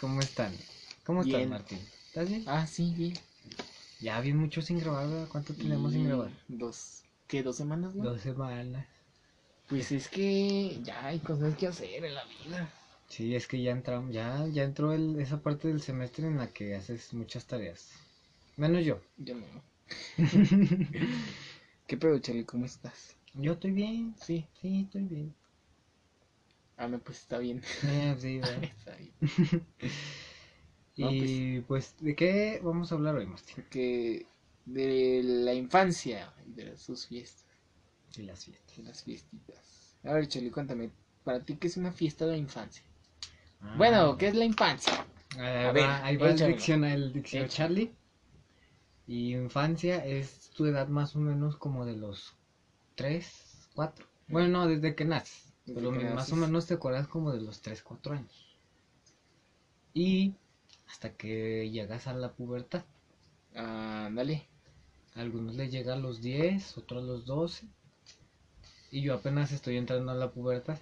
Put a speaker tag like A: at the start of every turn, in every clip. A: ¿Cómo están? ¿Cómo estás,
B: Bien.
A: Martín? ¿Estás bien?
B: Ah, sí, bien.
A: Ya bien mucho sin grabar, ¿verdad? ¿Cuánto tenemos sin
B: Y
A: grabar?
B: Dos, ¿qué? ¿Dos semanas, no?
A: Dos semanas.
B: Pues es que ya hay cosas que hacer en la vida.
A: Sí, es que ya entramos, ya, ya entró el- esa parte del semestre en la que haces muchas tareas. Menos yo.
B: Yo no. ¿Qué pedo, Charlie? ¿Cómo estás?
A: Yo estoy bien,
B: Sí.
A: sí, estoy bien.
B: Ah, no, pues está bien.
A: Eh, sí, ¿verdad?
B: está bien. No,
A: Y pues, ¿de qué vamos a hablar hoy, Martín?
B: Porque de la infancia y de sus fiestas,
A: De las fiestas.
B: de las fiestitas. A ver, Charlie, cuéntame, ¿para ti qué es una fiesta de la infancia?
A: Ah,
B: Bueno, ¿qué es la infancia?
A: Ahí
B: A
A: Eh, va,
B: ver,
A: ahí va el
B: échamela.
A: diccionario, el diccionario
B: Échamela.
A: Charlie. Y infancia es tu edad más o menos como de los 3, 4. Bueno, no, desde que naces.
B: Mm. Desde
A: pero
B: que
A: más
B: naces.
A: o menos te acuerdas como de los 3, 4 años. Y hasta que llegas a la pubertad.
B: Ah, dale.
A: A algunos les llega a los 10, otros a los 12. Y yo apenas estoy entrando a la pubertad.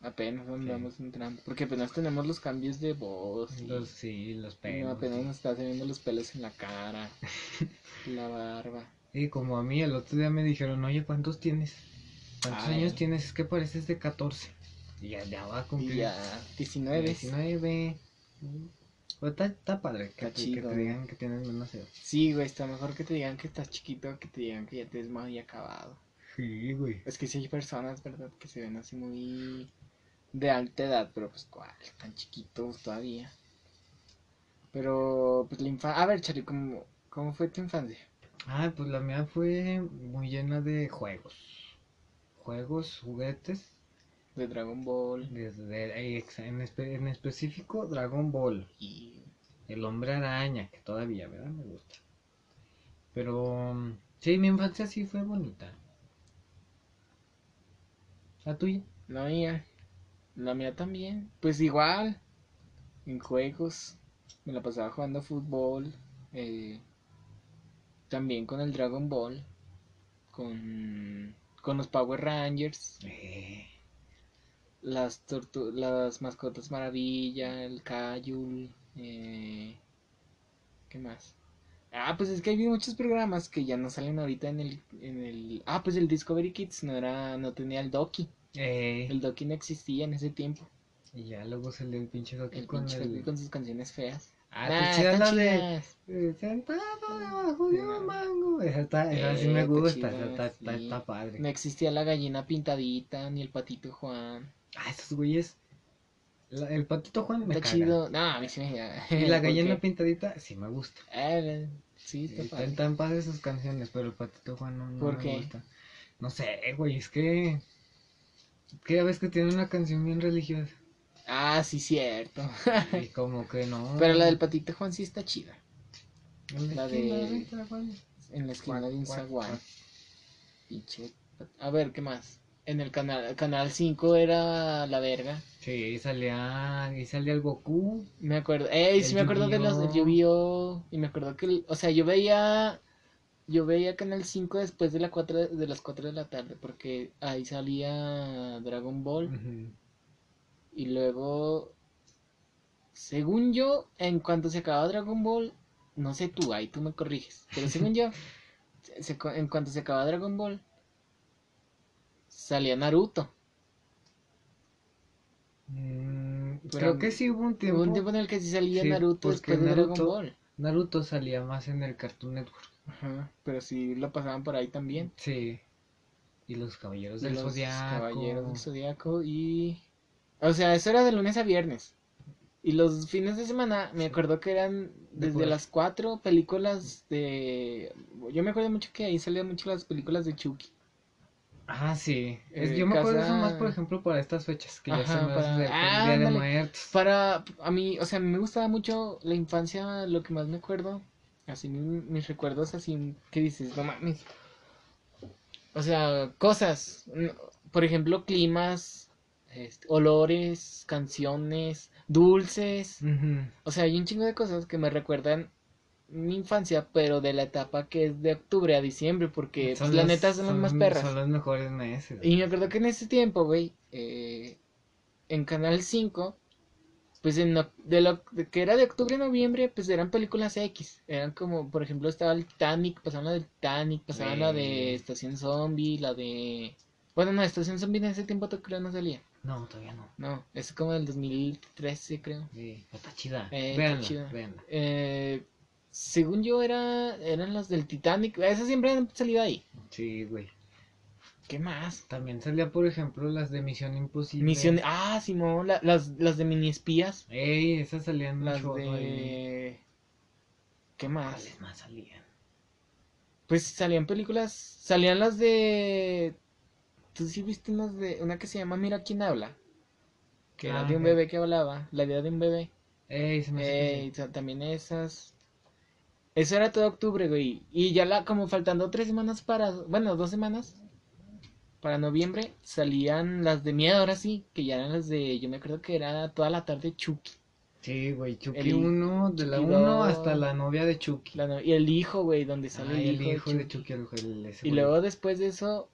B: Apenas andamos entrando. Porque apenas tenemos los cambios de voz. y-
A: Los, sí, los
B: No,
A: pelos.
B: apenas nos está saliendo los pelos en la cara, la barba.
A: Y como a mí el otro día me dijeron, oye, ¿cuántos tienes? ¿Cuántos
B: Ay.
A: años tienes? Es que pareces de 14. Y ya, ya va a
B: Y
A: cumplir
B: ya, 19.
A: 19. Mm. Pero está, está padre que,
B: Está
A: te- que
B: chido,
A: te
B: ¿no?
A: digan que tienes menos edad.
B: Sí, güey, está mejor que te digan que estás chiquito que te digan que ya te ves muy acabado.
A: Sí, güey.
B: Es que sí hay personas, ¿verdad? Que se ven así muy de alta edad, pero pues cuál, tan chiquitos todavía. Pero, pues la infancia... A ver, Charlie, ¿cómo, ¿cómo fue tu infancia?
A: Ah, pues la mía fue muy llena de juegos. Juegos, juguetes.
B: De Dragon Ball
A: Desde, eh, ex- en, espe- en específico, Dragon Ball.
B: y...
A: El hombre araña, que todavía, ¿verdad? Me gusta. Pero, mm, sí, mi infancia sí fue bonita. ¿La tuya?
B: La mía. La mía también. Pues igual. En juegos. Me la pasaba jugando fútbol. eh, también con el Dragon Ball. Con, con los Power Rangers. Eh. Las, tortu- las mascotas maravilla. El Cayul. eh, ¿Qué más? Ah, pues es que hay muchos programas que ya no salen ahorita en el, en el... Ah, pues el Discovery Kids no era, no tenía el Doki.
A: Eh,
B: El Doki no existía en ese tiempo.
A: y ya luego salió el pinche Doki
B: El
A: con
B: pinche
A: el...
B: Doki con sus canciones feas.
A: Ah,
B: Nah,
A: te chidas
B: están
A: la de...
B: chidas.
A: eh, Sentado debajo de un mango. Esa, está, esa sí
B: Eh,
A: me
B: está
A: gusta,
B: chida,
A: esa está, está,
B: sí.
A: está padre.
B: No existía la gallina pintadita ni el patito Juan.
A: Ah, esos güeyes... la- el patito Juan me
B: Está
A: caga.
B: chido. No, a mí sí me llega.
A: Y la gallina pintadita sí me gusta.
B: Eh, sí, está
A: Están
B: padre.
A: tan padres sus canciones, pero el Patito Juan no, no
B: ¿Por
A: me
B: qué?
A: gusta. No sé, güey, es que... Que ya ves que tiene una canción bien religiosa.
B: Ah, sí, cierto.
A: Y como que no...
B: Pero la del patito Juan sí está chida.
A: En
B: la
A: esquina
B: de-
A: entra Juan.
B: En la esquina de un
A: Cuac,
B: zaguán.
A: cuac,
B: Pinche pat- A ver, ¿qué más? En el canal, canal 5 era la verga.
A: Sí, ahí salía, ahí salía el Goku.
B: Me acuerdo, eh,
A: El
B: sí me acuerdo de los del
A: Yu-Gi-Oh.
B: Yu-Gi-Oh! Y me acuerdo que, el- o sea, yo veía, yo veía Canal 5 después de, la cuatro, de de las 4 de la tarde, porque ahí salía Dragon Ball.
A: Ujú.
B: Y luego, según yo, en cuanto se acababa Dragon Ball, no sé tú, ahí tú me corriges, pero según yo, se- se- en cuanto se acababa Dragon Ball, salía Naruto.
A: Mm,
B: Pero
A: creo que sí hubo un
B: Hubo
A: tiempo.
B: un tiempo en el que sí salía
A: Sí,
B: Naruto
A: porque
B: después de
A: Naruto-
B: Dragon Ball.
A: Naruto salía más en el Cartoon Network.
B: Ajá, pero sí lo pasaban por ahí también.
A: Sí. Y los Caballeros
B: de
A: del
B: los
A: Zodiaco.
B: Caballeros del Zodiaco y... O sea, eso era de lunes a viernes. Y los fines de semana me acuerdo que eran
A: De
B: desde
A: puras-
B: las cuatro películas de... Yo me acuerdo mucho que ahí salían mucho las películas de Chucky.
A: Ah, sí. Es-
B: Eh,
A: yo me acuerdo de eso
B: casa-
A: más, por ejemplo, para estas fechas que ya se
B: Ajá,
A: me
B: para-
A: acerca el
B: Ah,
A: Día de
B: ándale.
A: Muertos.
B: Para a mí, o sea, me gustaba mucho la infancia, lo que más me acuerdo, así mi- mis recuerdos, así que dices, no mames. O sea, cosas, mm, por ejemplo, climas, este, olores, canciones, dulces.
A: Ujú.
B: O sea, hay un chingo de cosas que me recuerdan mi infancia, pero de la etapa que es de octubre a diciembre, porque pues, la
A: los-
B: neta son las más perras.
A: Son los mejores meses.
B: Y me acuerdo que en ese tiempo, güey, eh, en Canal 5 pues en oc- de lo que era de octubre a noviembre, pues eran películas X. Eran como, por ejemplo, estaba el Titanic, pasaban la del Titanic, pasaban la de
A: Güey.
B: Estación Zombie, la de... Bueno, no, Estación Zombie en ese tiempo creo no salía.
A: No, todavía no.
B: No, es como del 2013 creo.
A: Sí, está chida.
B: Eh, está
A: véanla,
B: chida.
A: véanla.
B: Eh, según yo era, eran las del Titanic, esas siempre han salido ahí.
A: Sí, güey.
B: ¿Qué más?
A: También salía, por ejemplo, las de Misión Imposible.
B: Misión... Ah, Simón, la- las, las de mini espías.
A: Ey, esas salían
B: Las
A: mucho, güey.
B: de... Ah, ¿Qué más?
A: ¿Cuáles más salían?
B: Pues salían películas, salían las de... ¿Tú sí viste unas de... una que se llama Mira quién habla? Que era
A: Ah,
B: de un
A: ok.
B: bebé que hablaba, la idea de un bebé.
A: Ey, se me hace que
B: Eh, y ta- también esas... Eso era todo octubre, güey. Y ya la, como faltando tres semanas para... Bueno, dos semanas. Para noviembre salían las de miedo, ahora sí. Que ya eran las de... Yo me acuerdo que era toda la tarde Chucky.
A: Sí, güey, Chucky
B: El-
A: 1, de la
B: Chucky
A: 1
B: dos.
A: hasta la novia de Chucky.
B: La no- y el hijo, güey, donde
A: Ah,
B: sale
A: el hijo de
B: Chucky.
A: Chucky, el, el- ese
B: Y
A: güey.
B: luego después de eso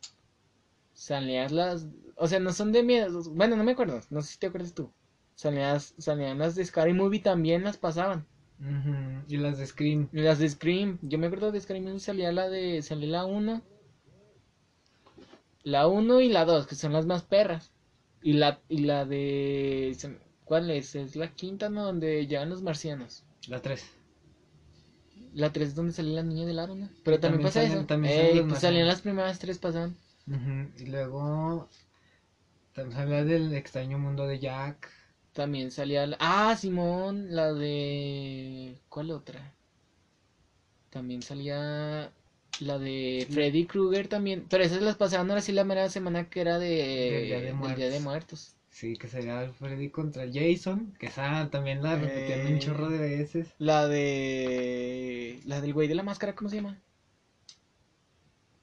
B: salían las, o sea, no son de miedo, bueno, no me acuerdo, no sé si te acuerdas tú. Salían, las- salían las de Scary Movie también las pasaban.
A: Ujú, Y las de Scream.
B: Y Las de Scream, yo me acuerdo de Scream Movie salía la de salía la 1. La 1 y la 2, que son las más perras. Y la y la de se me- ¿cuál es? Es la quinta no donde llegan los marcianos.
A: La 3.
B: La 3 es donde salía la niña del aro, ¿no? Pero también,
A: También
B: pasa
A: salen-
B: eso.
A: también
B: Ey,
A: salen los
B: pues
A: marcianos.
B: salían las primeras tres pasaban.
A: Y luego. También salía del extraño mundo de Jack.
B: También salía la... Ah, Simón, la de... ¿Cuál otra? También salía la de Freddy Krueger también. Pero esas las pasaban ahora sí la mera semana que era de...
A: Del Día de
B: del Día de
A: Muertos.
B: Muertos.
A: Sí, que sería el Freddy contra Jason. Que esa también la repetían un
B: Eh.
A: chorro de veces.
B: La de... La del güey de la máscara, ¿cómo se llama?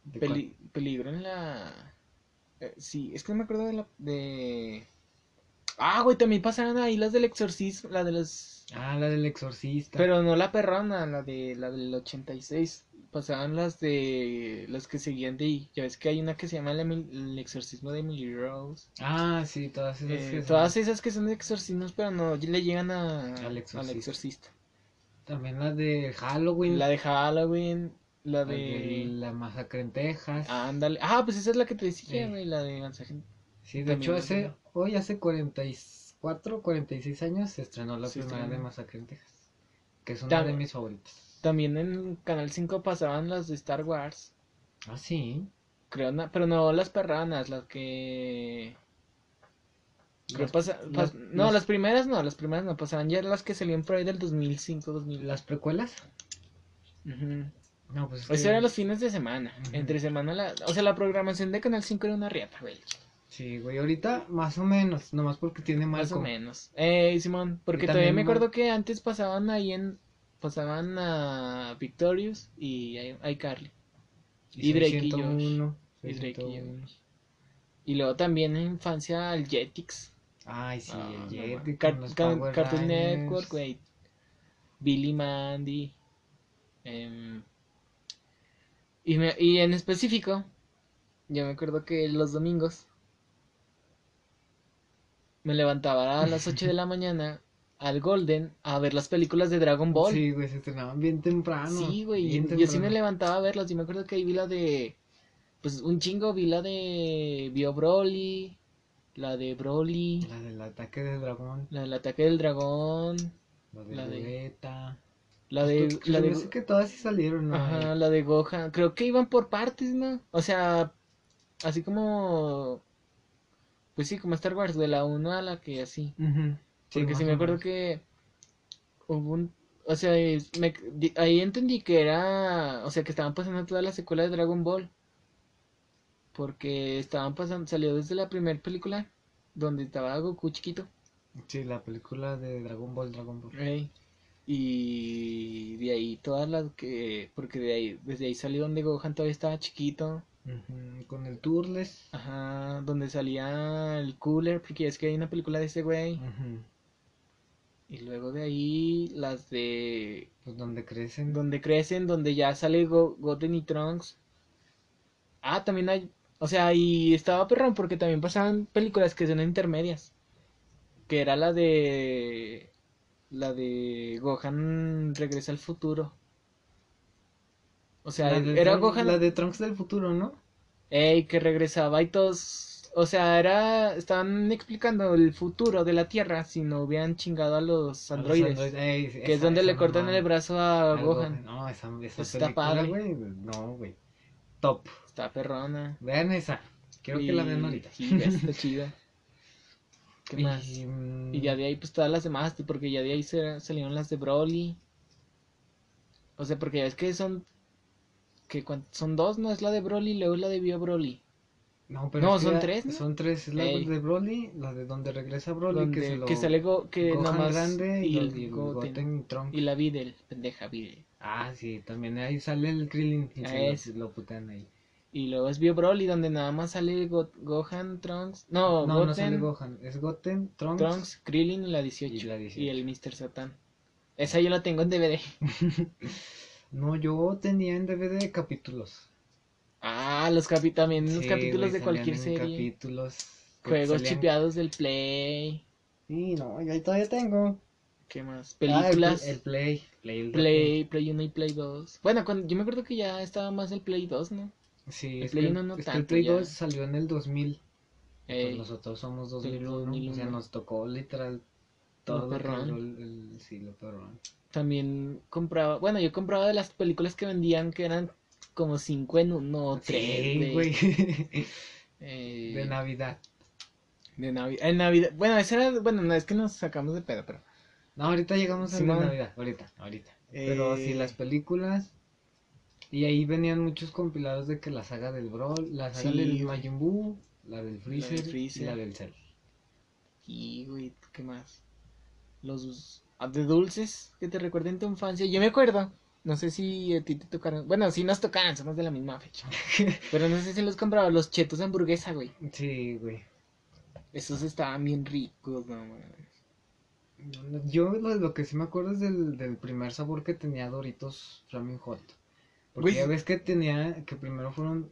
A: ¿De
B: Peli- Peligro en la... eh, sí, es que no me acuerdo de la... De... Ah, güey, también pasaron ahí las del exorcismo, la de los...
A: cuál? Ah, la del exorcista.
B: Pero no la perrona, la de la del 86. Pasaban las de las que seguían de ahí. Ya ves que hay una que se llama El, Emil- El exorcismo de Emily Rose.
A: Ah, sí, todas esas.
B: Eh,
A: que son-
B: todas esas que son de exorcismos, pero no le llegan a,
A: Al exorcista.
B: exorcista.
A: También las de Halloween.
B: La de Halloween, la
A: la de
B: de...
A: la masacre en Texas.
B: Ándale. Ah, pues esa es la que te decía,
A: Sí.
B: güey, la de Mansagen-
A: Sí, de
B: También
A: hecho,
B: la
A: hace,
B: primera.
A: hoy hace 44, 46 años se estrenó la
B: Se
A: primera de
B: estrenó.
A: Masacre en Texas, que es una
B: Tam-
A: de mis favoritas.
B: También en Canal 5 pasaban las de Star Wars.
A: Ah, sí.
B: Creo, na- pero no las perranas, las que... Creo
A: Las,
B: pasa- pas-
A: las-
B: no,
A: las-
B: las primeras no, las primeras no pasaban. Ya las que salían por ahí del 2005, 2000.
A: ¿las precuelas?
B: Ujú.
A: No, pues. es
B: Eso
A: que-
B: eran los fines de semana.
A: Ujú.
B: Entre semana, la, o sea, la programación de Canal 5 era una riata, güey.
A: Sí, güey, ahorita más o menos, nomás porque tiene
B: Más o
A: Malcolm.
B: menos. Eh, Simón, porque
A: Y
B: todavía
A: también
B: me
A: Mal-
B: acuerdo que antes pasaban ahí en. Pasaban a Victorious y a- a iCarly. Y Drake y
A: 601,
B: Y Drake y
A: 601.
B: Y luego también en infancia al Jetix.
A: Ay, sí,
B: Ah,
A: el
B: no
A: Jet
B: mames.
A: y
B: Car-
A: con los
B: Car-
A: Power
B: Cartoon
A: Rangers.
B: Network, güey. Billy Mandy. em, y, me- y en específico, yo me acuerdo que los domingos me levantaba a las 8 de la mañana al Golden a ver las películas de Dragon Ball.
A: Sí, güey, se estrenaban bien temprano.
B: Sí, güey.
A: bien
B: Yo sí me
A: temprano.
B: levantaba a verlas. Yo me acuerdo que ahí vi la de. Pues un chingo, vi la de. Bio Broly. La de Broly.
A: La del ataque del dragón,
B: La del ataque del dragón.
A: la de
B: La de-
A: Vegeta.
B: La de.
A: Pues,
B: La
A: se me hace
B: de
A: que todas sí salieron, ¿no?
B: ajá, la de Gohan. Creo que iban por partes, ¿no? O sea, así como. Pues sí, como Star Wars, de la 1 a la que así.
A: Ujú. Sí,
B: Porque sí,
A: Pues más
B: me
A: o
B: acuerdo
A: menos.
B: que hubo un. O sea, es- me- di- ahí entendí que era. O sea, que estaban pasando toda la secuela de Dragon Ball. Porque estaban pasando. Salió desde la primera película. Donde estaba Goku chiquito.
A: Sí, la película de Dragon Ball, Dragon Ball.
B: Y de ahí todas las que. Porque de ahí, desde ahí salió donde Gohan todavía estaba chiquito.
A: Ujú, Con el Turles.
B: Ajá. Donde salía el cooler. Porque es que hay una película de ese güey.
A: Ujú,
B: Y luego de ahí las de.
A: Pues donde crecen.
B: donde crecen, donde ya sale Go- Goten y Trunks. Ah, también hay, o sea, y estaba perrón porque también pasaban películas que son intermedias. que era la de la de Gohan regresa al futuro. O sea,
A: La de
B: era
A: Trunks-
B: Gohan
A: La de Trunks del futuro, ¿no?
B: Ey, que regresaba y todos, o sea, era estaban explicando el futuro de la Tierra si no hubieran chingado a los
A: A los
B: androides,
A: ey,
B: que es
A: esa-
B: donde
A: esa
B: le cortan
A: mamada.
B: el brazo a
A: Al
B: Gohan. Pues
A: No, esa, esa
B: Está
A: película,
B: padre.
A: güey, no, güey. Top.
B: Está perrona.
A: Vean esa. Quiero que la vean
B: Y-
A: ahorita.
B: sí, ya está chida. ¿Qué más?
A: Y, mm,
B: Y ya de ahí, pues todas las demás, tú, porque ya de ahí se- salieron las de Broly. O sea, porque ya ves que son. Que cuan- son dos, ¿no? Es la de Broly y luego es la de Bio Broly.
A: No, pero
B: no,
A: es que
B: son
A: la-
B: tres, ¿no?
A: Son tres. Es la
B: Ey.
A: de Broly, la de donde regresa Broly,
B: donde,
A: que se
B: que,
A: lo...
B: sale Go- que
A: Gohan
B: nomás.
A: grande y,
B: el
A: el, y
B: Goten.
A: Goten Trunks.
B: Y la Videl, pendeja Videl.
A: Ah, sí, también ahí sale el Krillin y
B: Ah,
A: se lo-
B: es.
A: lo, putean ahí.
B: Y luego es Bio Broly, donde nada más sale Go- Gohan, Trunks. No,
A: no, no sale
B: Goten,
A: Gohan. Es Goten, Trunks.
B: Trunks, Krillin y la 18.
A: Y la 18.
B: el Mr. Satan. Esa yo la tengo en DVD.
A: No, yo tenía en DVD de capítulos.
B: Ah, los capi también los
A: Sí,
B: capítulos
A: güey,
B: de
A: salían
B: cualquier
A: en
B: serie.
A: Capítulos. que
B: Juegos
A: salían-
B: chipeados del Play.
A: Sí, no, yo ahí todavía tengo.
B: ¿Qué más?
A: Ah, el pl-
B: Películas.
A: el, Play. Play. el
B: Play, Play 1 y Play 2. Bueno, cuando, yo me acuerdo que ya estaba más el Play 2, ¿no?
A: Sí,
B: El
A: es
B: Play
A: que,
B: uno no
A: es que el
B: tanto,
A: Play
B: ya.
A: 2 salió en el 2000. pues
B: Ey,
A: nosotros somos 2001,
B: 2001.
A: O sea, pues nos tocó literal todo lo que
B: perrón.
A: duró el, el- sí, lo perrón.
B: También compraba, bueno, yo compraba de las películas que vendían que eran como 5 en 1 o 3,
A: Sí, güey. De
B: de,
A: Navidad.
B: Navidad. En Navidad. Bueno, esa era, bueno, no es que nos sacamos de pedo, pero...
A: No, ahorita llegamos a
B: Sí,
A: la
B: man.
A: Navidad, ahorita, ahorita. Pero
B: Eh,
A: sí, las películas. Y ahí venían muchos compilados de que la saga del Brawl, la saga
B: Sí,
A: del
B: güey.
A: Majin Buu, la del Freezer,
B: Freezer.
A: y la del Cell.
B: Y, güey, ¿qué más? Los ah, de dulces que te recuerden tu infancia. Yo me acuerdo, no sé si a ti te tocaron. Bueno, sí nos tocaron, somos de la misma fecha. Pero no sé si los compraba, los chetos de hamburguesa, güey.
A: Sí, güey.
B: Esos estaban bien ricos, no mames.
A: Yo lo, lo que sí me acuerdo es del, del primer sabor que tenía Doritos Flaming Hot. Porque
B: Güey.
A: ya ves que tenía, que primero fueron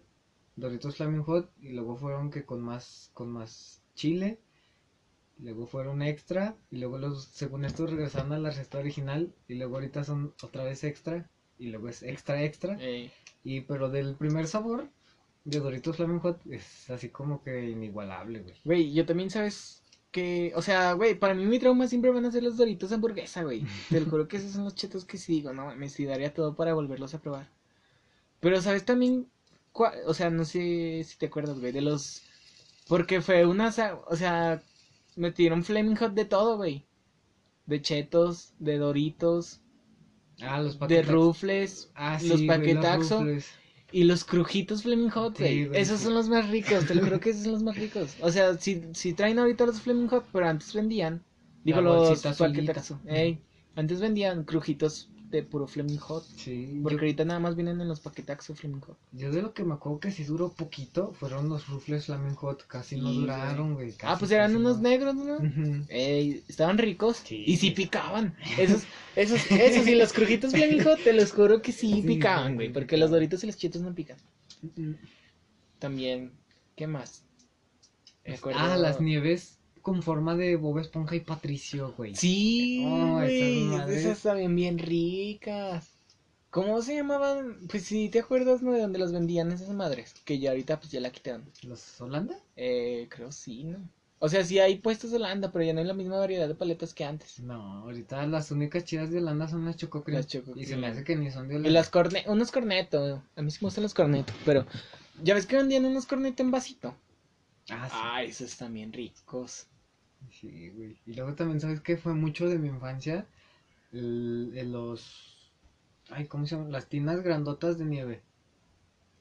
A: Doritos Flaming Hot y luego fueron que con más, con más chile, luego fueron extra y luego los, según esto regresaron a la receta original y luego ahorita son otra vez extra y luego es extra extra.
B: Ey,
A: Y pero del primer sabor de Doritos Flaming Hot es así como que inigualable, güey.
B: Güey, yo también, ¿sabes? Que, o sea, güey, para mí mi trauma siempre van a ser los doritos de hamburguesa, güey. Te lo juro que esos son los chetos que sí digo, no mames, sí daría todo para volverlos a probar. Pero, ¿sabes también? cua- O sea, no sé si te acuerdas, güey, de los... Porque fue una... sa- O sea, metieron Flaming Hot de todo, güey. De chetos, de doritos,
A: Ah, los
B: de
A: paquetazos.
B: rufles
A: Ah,
B: los
A: güey,
B: paquetaxo.
A: rufles.
B: y los crujitos Flaming Hot,
A: Sí,
B: güey.
A: güey,
B: esos
A: sí.
B: son los más ricos, te lo creo que esos son los más ricos. O sea, si, si traen ahorita los Flaming Hot, pero antes vendían... Digo,
A: La
B: los
A: bolsita azulita.
B: paquetazos. Ey, antes vendían crujitos de puro Flaming Hot.
A: Sí, yo-
B: Porque ahorita nada más vienen en los paquetaxos Flaming Hot.
A: Yo de lo que me acuerdo que sí duró poquito fueron los rufles Flaming Hot, casi no
B: Sí,
A: duraron, güey.
B: Ah,
A: casi,
B: pues eran
A: casi
B: unos
A: no.
B: negros, ¿no?
A: Ujú.
B: Ey, estaban ricos
A: Sí.
B: y sí picaban. Esos, esos, esos y los crujitos Flaming Hot, te los juro que
A: Sí,
B: sí picaban, güey.
A: sí,
B: Porque
A: picaban.
B: los doritos y los chetos no pican. También, ¿qué más? Me acuerdo-
A: Ah, las nieves con forma de Bob Esponja y Patricio, güey.
B: Sí,
A: Oh, esas
B: güey,
A: madres.
B: esas estaban bien ricas. ¿Cómo se llamaban? Pues si te acuerdas, ¿no? De donde las vendían esas madres. Que ya ahorita pues ya la quitaron.
A: ¿Los Holanda?
B: Eh, creo sí, ¿no? O sea, sí hay puestos de Holanda, pero ya no hay la misma variedad de paletas que antes.
A: No, ahorita las únicas chidas de Holanda son las Choco Cream.
B: Las Choco
A: Y se
B: Cream.
A: me hace que ni son de
B: Y
A: Holanda.
B: las corne unos cornetos. A mí sí me gustan los cornetos, pero ya ves que vendían unos cornetos en vasito.
A: Ah,
B: Ah, esos están bien ricos.
A: sí, sí, güey. Y luego también, ¿sabes qué? Fue mucho de mi infancia. El, el- los... Ay, ¿cómo se llaman? Las tinas grandotas de nieve.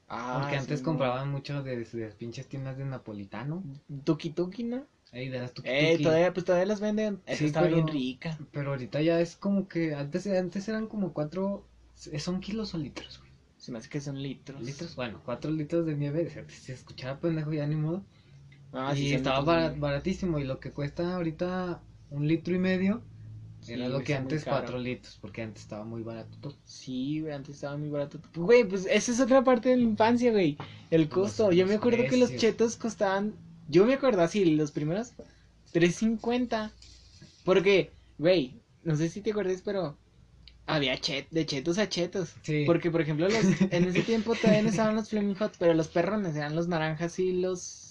B: Ah,
A: Porque antes
B: sí, ¿no?
A: compraban mucho de, de las pinches tiendas de napolitano.
B: Tuki Tuki, ¿no?
A: Ahí de las tuki
B: Eh,
A: tuki.
B: todavía, pues todavía las venden. Esa
A: Sí,
B: estaba bien
A: pero-
B: rica.
A: Pero ahorita ya es como que antes, antes eran como cuatro, son kilos o litros, güey.
B: Se me hace que son litros.
A: Litros, bueno, cuatro litros de nieve, se, se escuchaba pendejo ya ni modo.
B: Ah, sí,
A: y
B: son
A: estaba
B: litros,
A: bara-
B: güey.
A: baratísimo y lo que cuesta ahorita un litro y medio
B: Sí,
A: era lo
B: güey,
A: que
B: está muy
A: antes
B: caro.
A: cuatro litros, porque antes estaba muy barato. todo.
B: Sí, güey, antes estaba muy barato. Güey, pues esa es otra parte de la infancia, güey. El costo.
A: Los-
B: yo me
A: los
B: acuerdo que los
A: precios.
B: chetos costaban. Yo me acuerdo así, los primeros. 3.50. Porque, güey, no sé si te acuerdas, pero había chet, de chetos a chetos.
A: Sí.
B: Porque, por ejemplo, los, en ese tiempo todavía no estaban los Flaming Hot, pero los perrones eran los naranjas y los.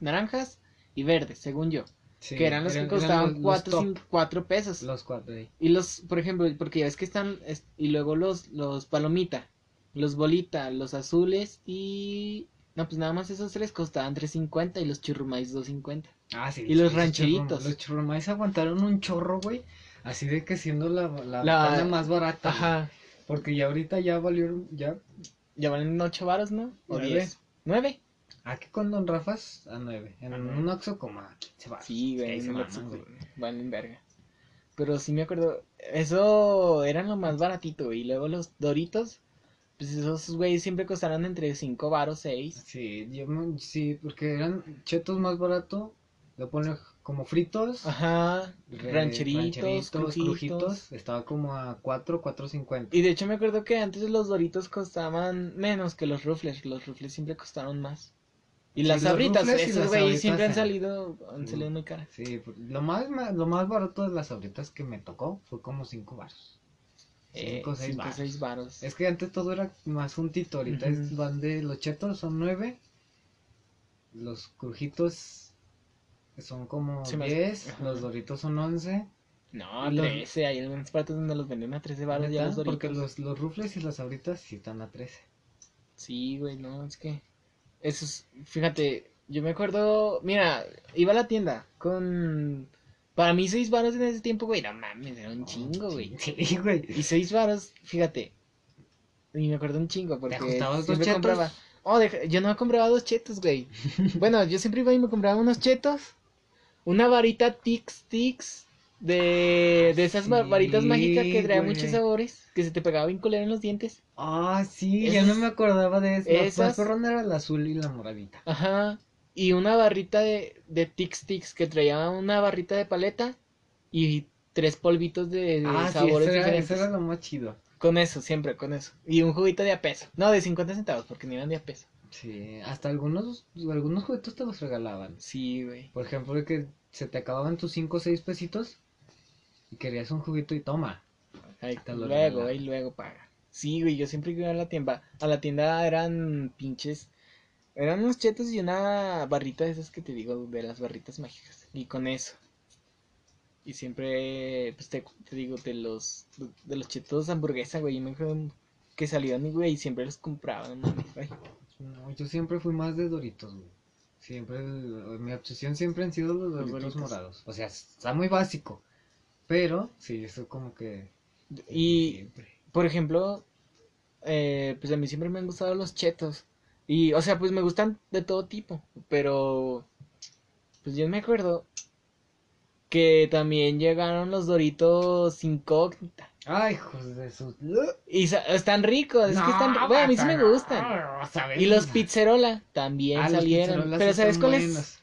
B: Naranjas y verdes, según yo.
A: Sí,
B: que eran los que
A: eran
B: costaban
A: los-
B: cuatro,
A: los,
B: cinco- cuatro pesos.
A: top, los cuatro ahí.
B: Y los, por ejemplo, porque ya ves que están, es- y luego los, los palomita, los bolita, los azules y... No, pues nada más esos tres costaban 3.50 y los churrumais 2.50.
A: Ah, sí.
B: Y los
A: churro-
B: rancheritos.
A: los churromais aguantaron un chorro, güey. Así de que siendo la, la,
B: La-
A: carne más barata. güey. Porque ya ahorita ya valieron, ya.
B: Ya valen 8 varos, ¿no? O
A: Nueve.
B: 10. ¿9?
A: Aquí con Don Rafas a nueve. En
B: A nueve.
A: un Oxxo como a 15 baros.
B: Sí,
A: Que
B: güey,
A: ahí se
B: en el
A: maman,
B: Oxxo,
A: Ah, güey.
B: valen verga. Pero sí me acuerdo, eso eran lo más baratito, güey. Y luego los doritos, pues esos güeyes siempre costaron entre 5 varos, 6.
A: Sí, yo me- sí, porque eran chetos más barato. Lo ponen como fritos.
B: Ajá,
A: re-
B: rancheritos, crujitos.
A: crujitos. Estaba como a 4, 4.50.
B: Y de hecho me acuerdo que antes los doritos costaban menos que los rufles. Los rufles siempre costaron más. Y
A: Sí,
B: las
A: los
B: sabritas,
A: Ruffles y
B: esos
A: las
B: güeyes
A: Sabritas
B: siempre han
A: eran- Mm,
B: salido, han
A: Sí.
B: salido muy caras.
A: Sí, por- lo más, ma- lo más barato de las sabritas que me tocó fue como 5 baros.
B: Eh,
A: Cinco, seis
B: cinco,
A: varos.
B: seis varos.
A: Es que antes todo era más juntito, ahorita es-
B: Ujú.
A: van de los chetos son 9, los crujitos son como
B: Se me hace-
A: 10,
B: ajá.
A: los doritos son 11.
B: No,
A: y los-
B: 13. Hay algunas partes donde los venden a 13 varos ya
A: ¿neta?
B: los doritos.
A: Porque los, los rufles y las sabritas sí están a 13.
B: Sí, güey, no, es que. Eso es. Fíjate, yo me acuerdo. Mira, iba a la tienda con. Para mí, seis varos en ese tiempo, güey, no mames, era un chingo, güey.
A: Sí, güey.
B: Y seis varos, fíjate. Y me acuerdo un chingo porque
A: ajustabas dos
B: siempre
A: chetos?
B: compraba. Oh, deja- yo no compraba dos chetos, güey. bueno, yo siempre iba y me compraba unos chetos, una varita Tix Tix de, de esas va-
A: Sí,
B: varitas mágicas que traía
A: güey.
B: muchos sabores, que se te pegaba bien culero en los dientes.
A: Ah, sí, ya no
B: Esas-
A: me acordaba de eso. Las
B: esas-
A: más perrón era la azul y la moradita.
B: Ajá. Y una barrita de, de Tix Tix que traía una barrita de paleta y tres polvitos de, de
A: ah, sí,
B: sabores
A: eso era,
B: diferentes.
A: eso era lo más chido.
B: Con eso, siempre, con eso. Y un juguito de a peso. No, de 50 centavos, porque ni eran de a peso.
A: Sí, hasta algunos, algunos juguetes te los regalaban.
B: Sí, güey.
A: Por ejemplo, de que se te acababan tus 5 o 6 pesitos y querías un juguito y toma.
B: Ahí,
A: Te lo
B: luego,
A: regalaban.
B: ahí luego paga. Sí, güey, yo siempre que iba a la tienda, a la tienda eran pinches, eran unos chetos y una barrita de esas que te digo, de las barritas mágicas. Y con eso. Y siempre, pues te, te digo, de los, de los chetos hamburguesa, güey, yo me acuerdo que salían, güey, y siempre los compraban, mames, ay.
A: No, yo siempre fui más de Doritos, güey. Siempre, el- mi obsesión siempre han sido los Doritos
B: Doritos.
A: morados. O sea, está muy básico. Pero, sí, eso como que...
B: Y,
A: siempre.
B: Por ejemplo, eh, pues a mí siempre me han gustado los chetos. Y, o sea, pues me gustan de todo tipo. Pero, pues yo me acuerdo que también llegaron los Doritos incógnita.
A: Ay, hijos de su...
B: Y sa- están ricos, es que están... Bueno, a mí sí me
A: Ah,
B: gustan. Y los pizzerola también salieron. Pero ¿sabes cuáles?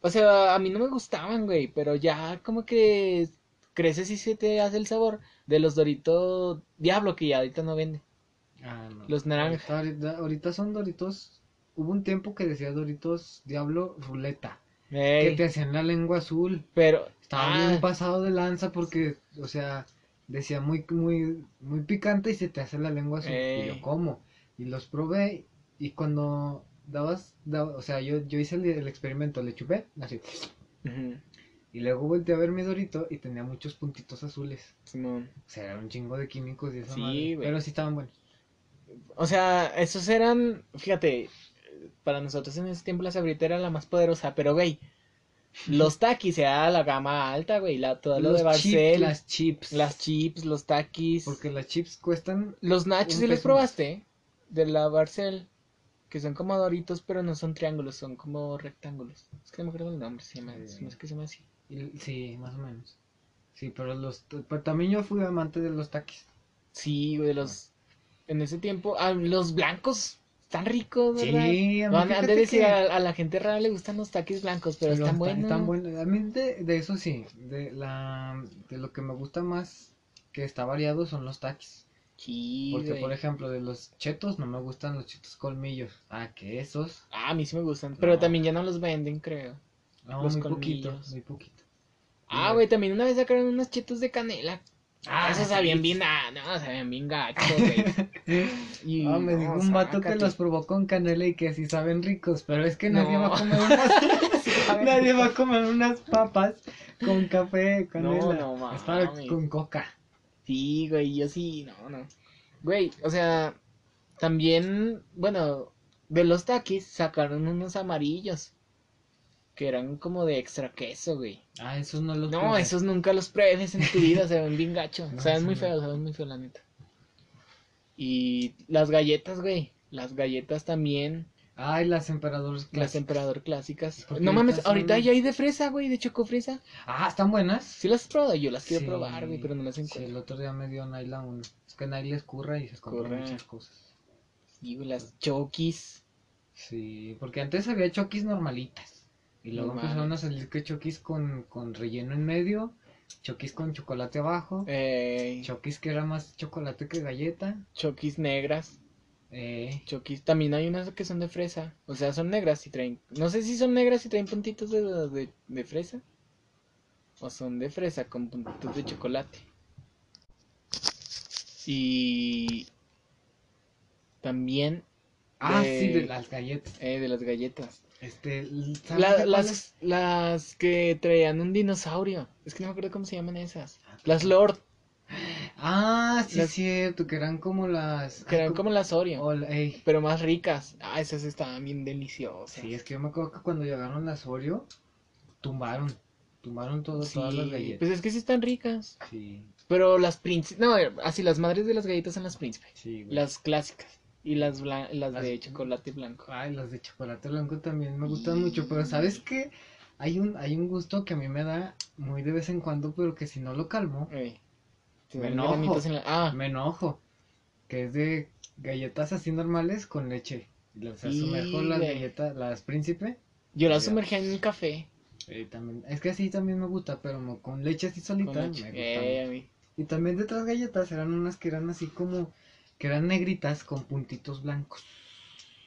B: O sea, a mí no me gustaban, güey. Pero ya como que creces y se te hace el sabor de los Doritos Diablo que ya ahorita no vende.
A: Ah, no.
B: Los naranjas.
A: Ahorita, ahorita- ahorita son Doritos... Hubo un tiempo que decía Doritos Diablo Ruleta.
B: Ey.
A: Que te hacían la lengua azul.
B: Pero.
A: Estaba
B: Ah,
A: bien pasado de lanza porque, o sea, decía muy, muy, muy picante y se te hace la lengua azul. Y
B: Ey.
A: yo, ¿cómo? Y los probé y cuando dabas, daba- o sea, yo, yo hice el, el experimento, le chupé, así.
B: ujú,
A: Y luego volteé a ver mi dorito y tenía muchos puntitos azules.
B: Simón.
A: O sea, era un chingo de químicos y esa
B: Sí,
A: madre.
B: güey.
A: Pero sí estaban buenos.
B: O sea, esos eran. Fíjate, para nosotros en ese tiempo la sabrita era la más poderosa, pero güey. Los taquis era la gama alta, güey. La, todo lo de
A: chips,
B: Barcel. las...
A: las chips.
B: chips, los taquis.
A: Porque las chips cuestan.
B: Los nachos,
A: un
B: ¿sí los
A: peso
B: probaste? De la Barcel. Que son como doritos, pero no son triángulos, son como rectángulos. Es que no me acuerdo el nombre, se llama,
A: Eh.
B: se me- es que se llama así.
A: y- Sí, más o menos. Sí, pero los. Pero también yo fui amante de los taquis.
B: Sí, güey,
A: Ah.
B: los. En ese tiempo, ah, los blancos están ricos, ¿verdad?
A: Sí, a mí
B: No, han- han
A: fíjate
B: de decir,
A: que-
B: a, a la gente rara le gustan los taquis blancos, pero están
A: ta-
B: buenos.
A: buenos. A mí de, de eso sí, de, la, de lo que me gusta más que está variado son los taquis.
B: Sí,
A: Porque,
B: güey.
A: por ejemplo, de los chetos no me gustan los chetos colmillos. Ah, que esos.
B: Ah, a mí sí me gustan, pero
A: No.
B: también ya no los venden, creo.
A: No,
B: Los
A: muy poquito,
B: colmillos.
A: muy poquito.
B: Ah, güey, también una vez sacaron unos chetos de canela. Ah, esos
A: sí.
B: sabían bien, ah, no, sabían bien gachos, güey. Y,
A: Ah, me
B: no,
A: dijo un vato que
B: sácate.
A: los probó con canela y que sí saben ricos, pero es que nadie
B: No.
A: va a comer unas,
B: saben
A: nadie va a comer unas papas con café,
B: No,
A: canela.
B: no mames.
A: Es para- con coca.
B: Sí, güey, yo sí, no, no. Güey, o sea, también, bueno, de los taquis sacaron unos amarillos. Que eran como de extra queso, güey.
A: Ah, esos no los
B: No,
A: probé.
B: esos nunca los pruebes en tu vida, se ven bien gacho.
A: No,
B: saben
A: sí,
B: muy
A: no.
B: feos, saben muy feos, la neta. Y las galletas, güey. Las galletas también.
A: Ay, las emperadores
B: Las
A: clásicas.
B: emperador clásicas.
A: Porque
B: No mames,
A: ahorita son-
B: ahorita ya hay de fresa, güey, de choco fresa.
A: Ah, ¿están buenas?
B: Sí las has probado, yo las quiero
A: Sí,
B: probar, güey, pero no las
A: sí,
B: encuentro.
A: el otro día me dio Naila uno. Es que Naila es curra y se compra
B: Curra.
A: muchas cosas.
B: Sí, güey, las choquis.
A: Sí, porque antes había choquis normalitas. Y luego
B: No
A: empezaron a
B: mames.
A: salir que choquis con, con relleno en medio, choquis con chocolate abajo,
B: Eh,
A: choquis que era más chocolate que galleta.
B: choquis negras.
A: Eh,
B: Choquis. También hay unas que son de fresa. O sea, son negras y traen. No sé si son negras y traen puntitos de, de, de fresa. O son de fresa con puntitos de chocolate. Y. También.
A: ah,
B: de-
A: sí, de las galletas.
B: eh, de las galletas.
A: Este, ¿sabes de
B: La-
A: cuáles?
B: las, las que traían un dinosaurio. Es que no me acuerdo cómo se llaman esas.
A: Ah,
B: Las Lord,
A: Ah, sí,
B: las-
A: es cierto, que eran como las.
B: que eran como las Oreo.
A: Ol- ey.
B: Pero más ricas. Ah, esas estaban bien deliciosas.
A: Sí, es que yo me acuerdo que cuando llegaron las Oreo, tumbaron, tumbaron todo, todas las
B: Sí,
A: galletas.
B: Pues es que sí están ricas.
A: Sí,
B: Pero las príncipes. No, así las madres de las galletas son las príncipes.
A: sí, güey.
B: Las clásicas. Y las, blan- las de
A: Las-
B: chocolate blanco.
A: Ay, las de chocolate blanco también me gustan mucho, pero ¿sabes qué? Hay un, hay un gusto que a mí me da muy de vez en cuando, pero que si no lo calmo,
B: Ey, te
A: Me
B: dan
A: enojo.
B: granitos en la- Ah,
A: me enojo. Que es de galletas así normales con leche. Y las
B: Sí,
A: sumerjo las
B: güey.
A: galletas, las príncipe.
B: yo las
A: Ya.
B: sumergía en un café.
A: eh, también, es que así también me gusta, pero mo- con leche así solita
B: con
A: me
B: leche.
A: gusta
B: Ey, a mí.
A: Y también de otras galletas eran unas que eran así como, que eran negritas con puntitos blancos,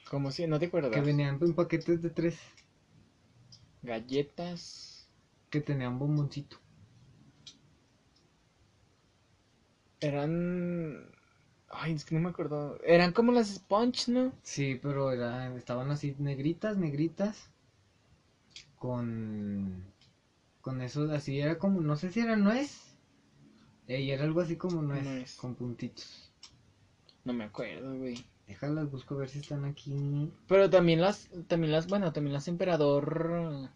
B: Como si, no te acuerdas.
A: que venían en paquetes de tres,
B: Galletas.
A: que tenían bomboncito.
B: Eran. Ay, es que no me acuerdo. Eran como las sponge, ¿no?
A: Sí, pero eran, estaban así negritas, negritas, con, con eso así, era como, no sé si era nuez, eh, y era algo así como nuez,
B: Nuez.
A: con puntitos.
B: No me acuerdo, güey.
A: Déjalas, busco a ver si están aquí.
B: Pero también las, también las, bueno, también las emperador,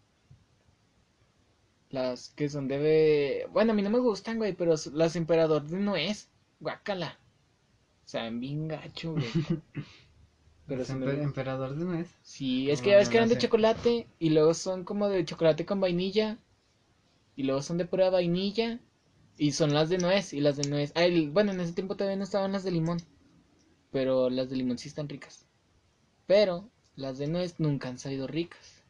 B: las que son de, be- bueno, a mí no me gustan, güey, pero s- las emperador de nuez, guácala, saben bien gacho, güey. Pero
A: Las
B: sí, me
A: empe-
B: gustan.
A: emperador de nuez.
B: sí, es
A: No,
B: que ya ves
A: no,
B: que
A: no
B: eran de
A: sé.
B: chocolate y luego son como de chocolate con vainilla y luego son de pura vainilla y son las de nuez y las de nuez, ah, el- bueno, en ese tiempo todavía no estaban las de limón, pero las de limón sí están ricas. Pero las de nuez nunca han salido ricas.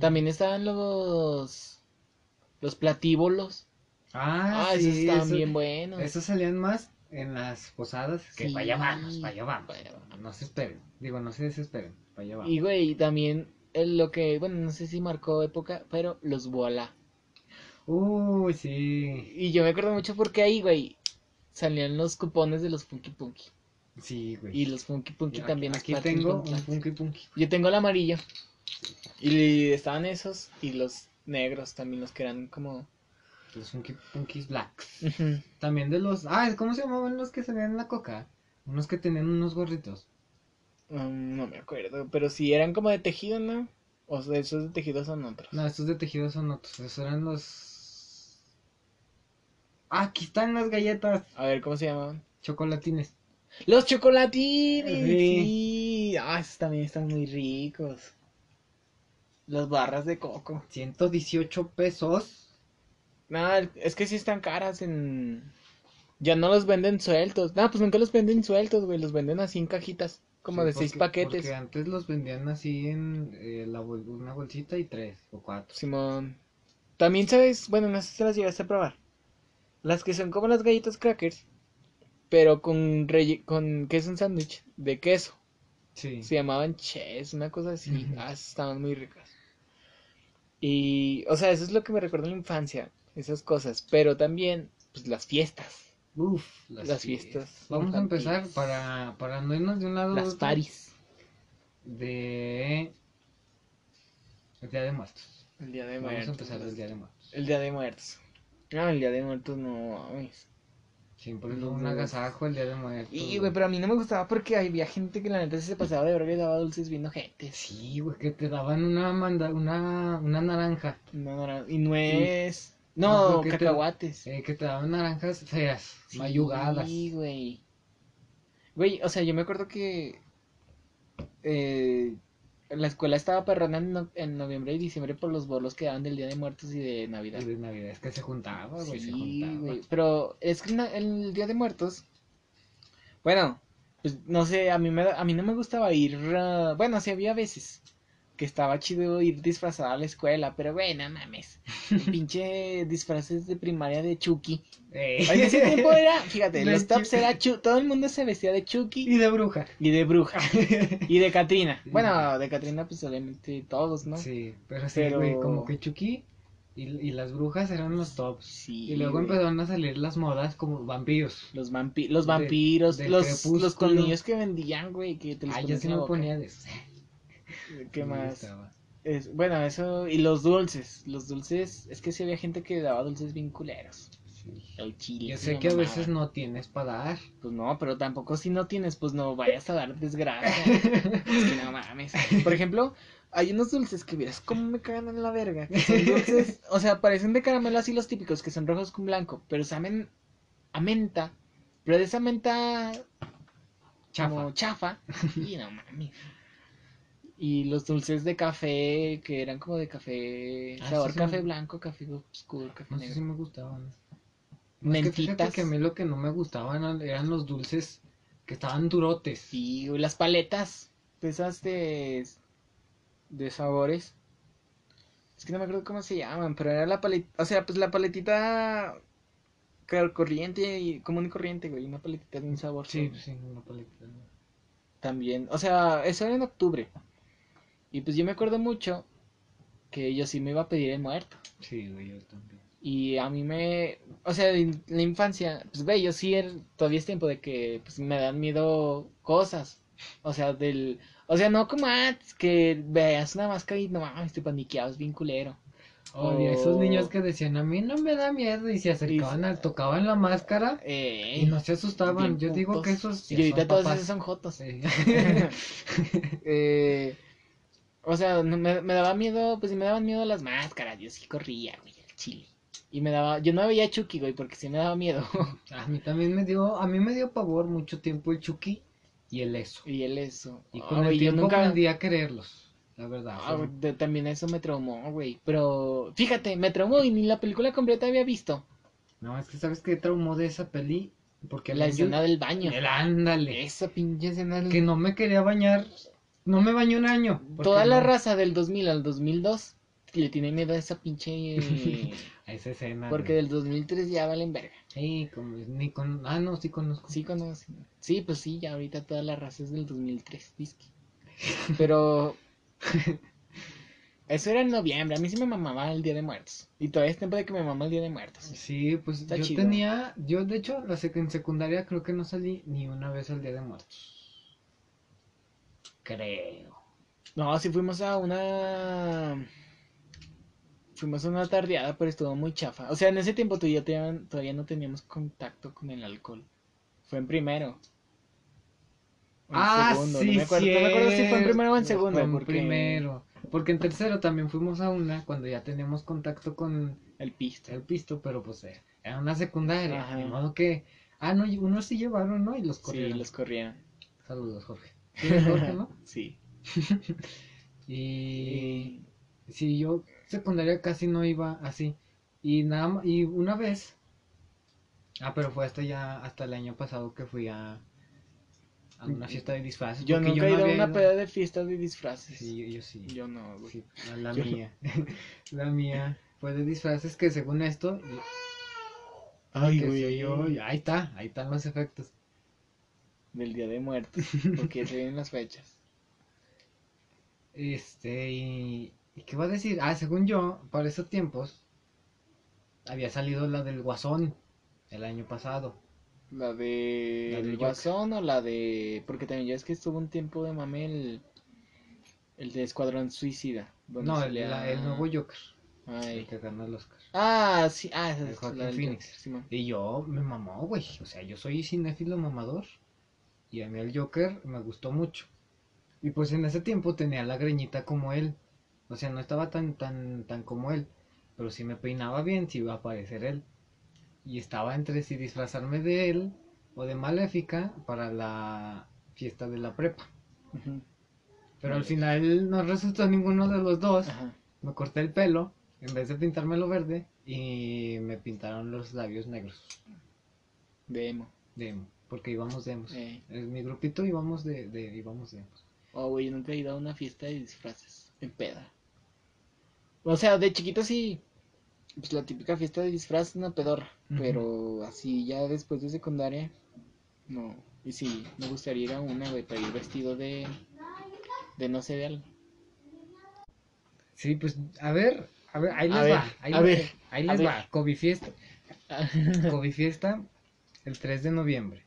B: También estaban los los platíbolos.
A: Ah,
B: Ah,
A: sí,
B: esos estaban
A: eso-
B: bien buenos.
A: Esos salían más en las posadas. Que
B: Sí.
A: para allá vamos, para allá vamos.
B: Pa' allá vamos.
A: No se esperen. Digo, no se desesperen. Para allá vamos.
B: Y güey, y también eh, lo que, bueno, no sé si marcó época, pero los voilà.
A: Uy, sí.
B: Y yo me acuerdo mucho porque ahí, güey, salían los cupones de los Funky Punky.
A: Sí, güey.
B: Y los Funky Punky
A: Aquí-
B: también los
A: Aquí
B: platin
A: tengo
B: con
A: un
B: plat-
A: punky punky.
B: Yo tengo el amarillo. Y estaban esos y los negros también, los que eran como...
A: Los funky punkies blacks.
B: Ujú.
A: También de los. Ah, ¿cómo se llamaban los que salían en la coca? Unos que tenían unos gorritos.
B: Mm, no me acuerdo, pero si eran como de tejido, ¿no? O sea, esos de tejido son otros.
A: No, estos de tejidos son otros. Esos eran los. Ah, aquí están las galletas.
B: A ver, ¿cómo se llamaban?
A: Chocolatines.
B: Los chocolatines.
A: Sí.
B: Sí. Ah, esos también están muy ricos. Las barras de coco.
A: 118 pesos.
B: No, es que sí están caras en... Ya no los venden sueltos. No, pues nunca los venden sueltos, güey. Los venden así en cajitas, como
A: Sí,
B: de seis
A: porque-
B: paquetes.
A: Porque antes los vendían así en eh, la bol- una bolsita y tres o cuatro.
B: Simón. También sabes, bueno, no sé si las llegaste a probar. Las que son como las galletas crackers, pero con relle con que es un sándwich de queso.
A: Sí.
B: Se llamaban ches, una cosa así.
A: Ujú.
B: Ah, esas estaban muy ricas. Y, o sea, eso es lo que me recuerda a la infancia, esas cosas. Pero también, pues las fiestas,
A: Uf,
B: las,
A: las,
B: fiestas.
A: Vamos a
B: infantiles,
A: empezar para, para no irnos de un lado a
B: Las
A: otro,
B: paris,
A: de el Día de Muertos.
B: el Día de
A: Vamos a
B: Muertos.
A: empezar del Día de Muertos.
B: El Día de Muertos. No, el Día de Muertos no, mames.
A: Siempre es
B: No,
A: un
B: no.
A: agasajo el Día de Muertos.
B: Y, güey, pero a mí no me gustaba porque había gente que la neta sí se pasaba de verga y daba dulces viendo gente.
A: Sí, güey, que te daban una manda, una, una naranja,
B: No, no, y nuez.
A: No,
B: No,
A: porque te-
B: cacahuates.
A: eh, que te daban naranjas feas,
B: Sí,
A: mayugadas.
B: güey. Güey, o sea, yo me acuerdo que eh, la escuela estaba perrona en, no- en noviembre y diciembre por los bolos que daban del Día de Muertos y de Navidad.
A: Y de Navidad, es que se juntaba, güey, se
B: Sí,
A: juntaba.
B: güey, pero es que na- el Día de Muertos, bueno, pues no sé, a mí, me, da- a mí no me gustaba ir, ah, bueno, sí había veces que estaba chido ir disfrazada a la escuela, pero güey, no mames, pinche disfraces de primaria de Chucky.
A: Eh.
B: En ese tiempo era, fíjate,
A: De
B: los tops
A: Chucky.
B: era Chu- todo el mundo se vestía de Chucky
A: Y de bruja.
B: y de bruja y de Katrina.
A: Sí.
B: Bueno, de Katrina pues obviamente todos, ¿no?
A: Sí, pero sí,
B: Pero-
A: güey, como que Chucky y, y las brujas eran los tops.
B: Sí,
A: Y luego
B: güey.
A: empezaron a salir las modas como vampiros.
B: Los, vampi- los
A: De-
B: vampiros,
A: del
B: los,
A: crepúsculo.
B: los colmillos que vendían, güey, que te los
A: Ah, yo
B: ponías
A: sí
B: en la
A: me
B: boca.
A: ponía de esos.
B: ¿Qué
A: No me
B: más?
A: gustaba.
B: Es- bueno, eso, y los dulces, los dulces, es que sí había gente que daba dulces bien culeros.
A: Sí.
B: El chile.
A: Yo
B: es
A: sé
B: una
A: que a
B: mamada.
A: veces no tienes para dar.
B: Pues no, pero tampoco si no tienes, pues no vayas a dar desgracia. es que no mames. Por ejemplo, hay unos dulces que vieras cómo me cagan en la verga. que son dulces, o sea, parecen de caramelo así los típicos, que son rojos con blanco, pero saben a menta. Pero de esa menta como
A: Chafa.
B: chafa. Y no mames. Y los dulces de café, que eran como de café,
A: Ah,
B: sabor
A: sí, sí.
B: café blanco, café oscuro, café
A: No sé
B: negro.
A: si me gustaban. Es que fíjate
B: Mentitas.
A: que a mí lo que no me gustaban eran los dulces que estaban durotes.
B: Sí, güey, las paletas. Esas de, de sabores. Es que no me acuerdo cómo se llaman, pero era la paletita. O sea, pues la paletita cor- corriente y común y corriente, güey. Una paletita de un sabor.
A: Sí,
B: solo.
A: sí, una paleta.
B: También, o sea, eso era en octubre. Y pues yo me acuerdo mucho que yo sí me iba a pedir el muerto.
A: Sí, güey, yo también.
B: Y a mí me, o sea, en la infancia, pues ve, yo sí er- todavía es tiempo de que pues me dan miedo cosas. O sea, del, o sea, no como antes que veas una máscara y no mames, te paniqueabas bien culero.
A: Oye,
B: O-
A: esos niños que decían, a mí no me da miedo, y se acercaban, a- tocaban la máscara
B: Eh,
A: y no se asustaban.
B: bien
A: Yo digo
B: putos.
A: que esos
B: Y
A: ya
B: ahorita
A: son
B: todos
A: papás.
B: esos son jotos.
A: Sí.
B: Eh, o sea, no- me, me daba miedo, pues sí me daban miedo las máscaras, yo sí corría, güey, el chile. Y me daba, yo no veía a Chucky, güey, porque sí me daba miedo.
A: A mí también me dio, a mí me dio pavor mucho tiempo el Chucky y el eso.
B: y él eso.
A: Y
B: Ah,
A: con
B: güey,
A: el
B: yo
A: tiempo
B: nunca,
A: aprendí a quererlos, la verdad.
B: ah,
A: fue-
B: güey, de- también eso me traumó, güey. Pero fíjate, me traumó y ni la película completa había visto.
A: No, es que sabes qué traumó de esa peli, porque
B: la
A: me dio-
B: escena del baño.
A: el ándale,
B: Esa pinche escena del-
A: que no me quería bañar, no me bañé un año. porque
B: Toda la
A: no-
B: raza del 2000 al 2002 le tiene miedo a esa pinche. eh,
A: A esa escena.
B: porque del 2003 ya valen verga.
A: Sí, como, ni con, ah, no, sí conozco.
B: Sí, conoce. Sí, pues sí, ya ahorita toda la raza es del 2003, disque. Pero. Eso era en noviembre. A mí sí me mamaba el Día de Muertos. Y todavía es tiempo de que me mamaba el Día de Muertos.
A: Sí, pues
B: Está
A: yo
B: chido.
A: tenía, yo de hecho la sec- en secundaria creo que no salí ni una vez al Día de Muertos. Creo.
B: No, sí fuimos a una. Fuimos a una tardeada, pero estuvo muy chafa. O sea, en ese tiempo tú y yo tenían- todavía no teníamos contacto con el alcohol. Fue en primero. O en
A: ah,
B: segundo,
A: sí,
B: no me acuerdo, no me acuerdo si fue en primero o en
A: cierto,
B: segundo.
A: fue en
B: porque
A: primero. Porque en tercero también fuimos a una cuando ya teníamos contacto con
B: El pisto.
A: el pisto, pero pues eh, era una secundaria.
B: Ajá.
A: De modo que. Ah, no, y unos sí llevaron, ¿no? Y los
B: Sí,
A: corrieron.
B: los corrieron.
A: Saludos, Jorge. Sí, eres Jorge, ¿no?
B: Sí.
A: Y. Sí, yo secundaria casi no iba así. Y nada ma- y una vez. Ah, pero fue hasta ya, hasta el año pasado que fui a, a una fiesta de disfraces.
B: yo
A: porque
B: nunca he ido a
A: había
B: una peda de fiestas de disfraces.
A: Sí, yo, yo sí.
B: Yo no, güey.
A: Sí, la, la
B: Yo-
A: mía. la mía fue de disfraces que según esto.
B: Ay,
A: que soy yo, y ahí está, ahí están los efectos.
B: Del Día de Muertos, porque ya se vienen las fechas.
A: Este, y, ¿Y qué va a decir? Ah, según yo, para esos tiempos, había salido la del Guasón el año pasado.
B: La de
A: La del
B: El
A: Joker.
B: Guasón o la de. Porque también ya es que estuvo un tiempo de mame el. El de Escuadrón Suicida. donde
A: No, el,
B: salía-
A: la- el nuevo Joker,
B: Ay.
A: el que ganó el Oscar.
B: Ah, sí, ah, esa
A: El
B: es
A: Joaquin
B: la del
A: Phoenix.
B: Joker, Simón.
A: Y yo me mamó, güey. O sea, yo soy cinéfilo mamador. Y a mí el Joker me gustó mucho. Y pues en ese tiempo tenía la greñita como él. O sea, no estaba tan, tan, tan como él. Pero si me peinaba bien, si iba a aparecer él. Y estaba entre si disfrazarme de él o de Maléfica para la fiesta de la prepa.
B: Ujú,
A: Pero al
B: Vale.
A: final no resultó ninguno de los dos.
B: Ajá.
A: Me corté el pelo en vez de pintármelo verde y me pintaron los labios negros.
B: De emo.
A: Demo, porque íbamos demos.
B: Eh.
A: En mi grupito íbamos de, de íbamos demos.
B: Oh, güey, yo nunca he ido a una fiesta de disfraces. En peda. O sea, de chiquito sí. Pues la típica fiesta de disfraces, una pedorra.
A: Ujú.
B: Pero así ya después de secundaria. No. Y sí, me gustaría ir a una, güey, para ir vestido de. De no sé de algo.
A: Sí, pues a ver, a ver, ahí les
B: A
A: va,
B: ver,
A: ahí
B: a
A: les,
B: ver,
A: ahí
B: a
A: les
B: ver.
A: va, COVID fiesta, COVID fiesta el 3 de noviembre.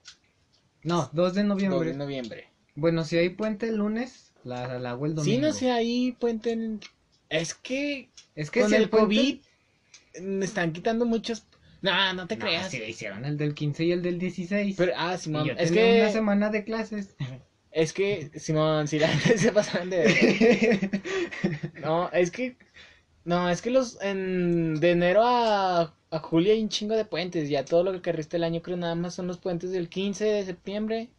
A: No, 2 de noviembre.
B: Noviembre. noviembre.
A: Bueno, si hay puente el lunes, la, la hago el domingo.
B: Sí, no sé, ahí puente. en- Es que
A: es que
B: con
A: si
B: el
A: puente-
B: COVID me están quitando muchos. No, no te
A: No,
B: creas.
A: si hicieron el del 15 y el del 16.
B: Pero, ah, Simón,
A: y yo
B: es
A: tenía
B: que,
A: una semana de clases.
B: es que, Simón, si la se pasan de, no, es que, no, es que los, en, de enero a, a julio hay un chingo de puentes, ya todo lo que resta el año creo nada más son los puentes del 15 de septiembre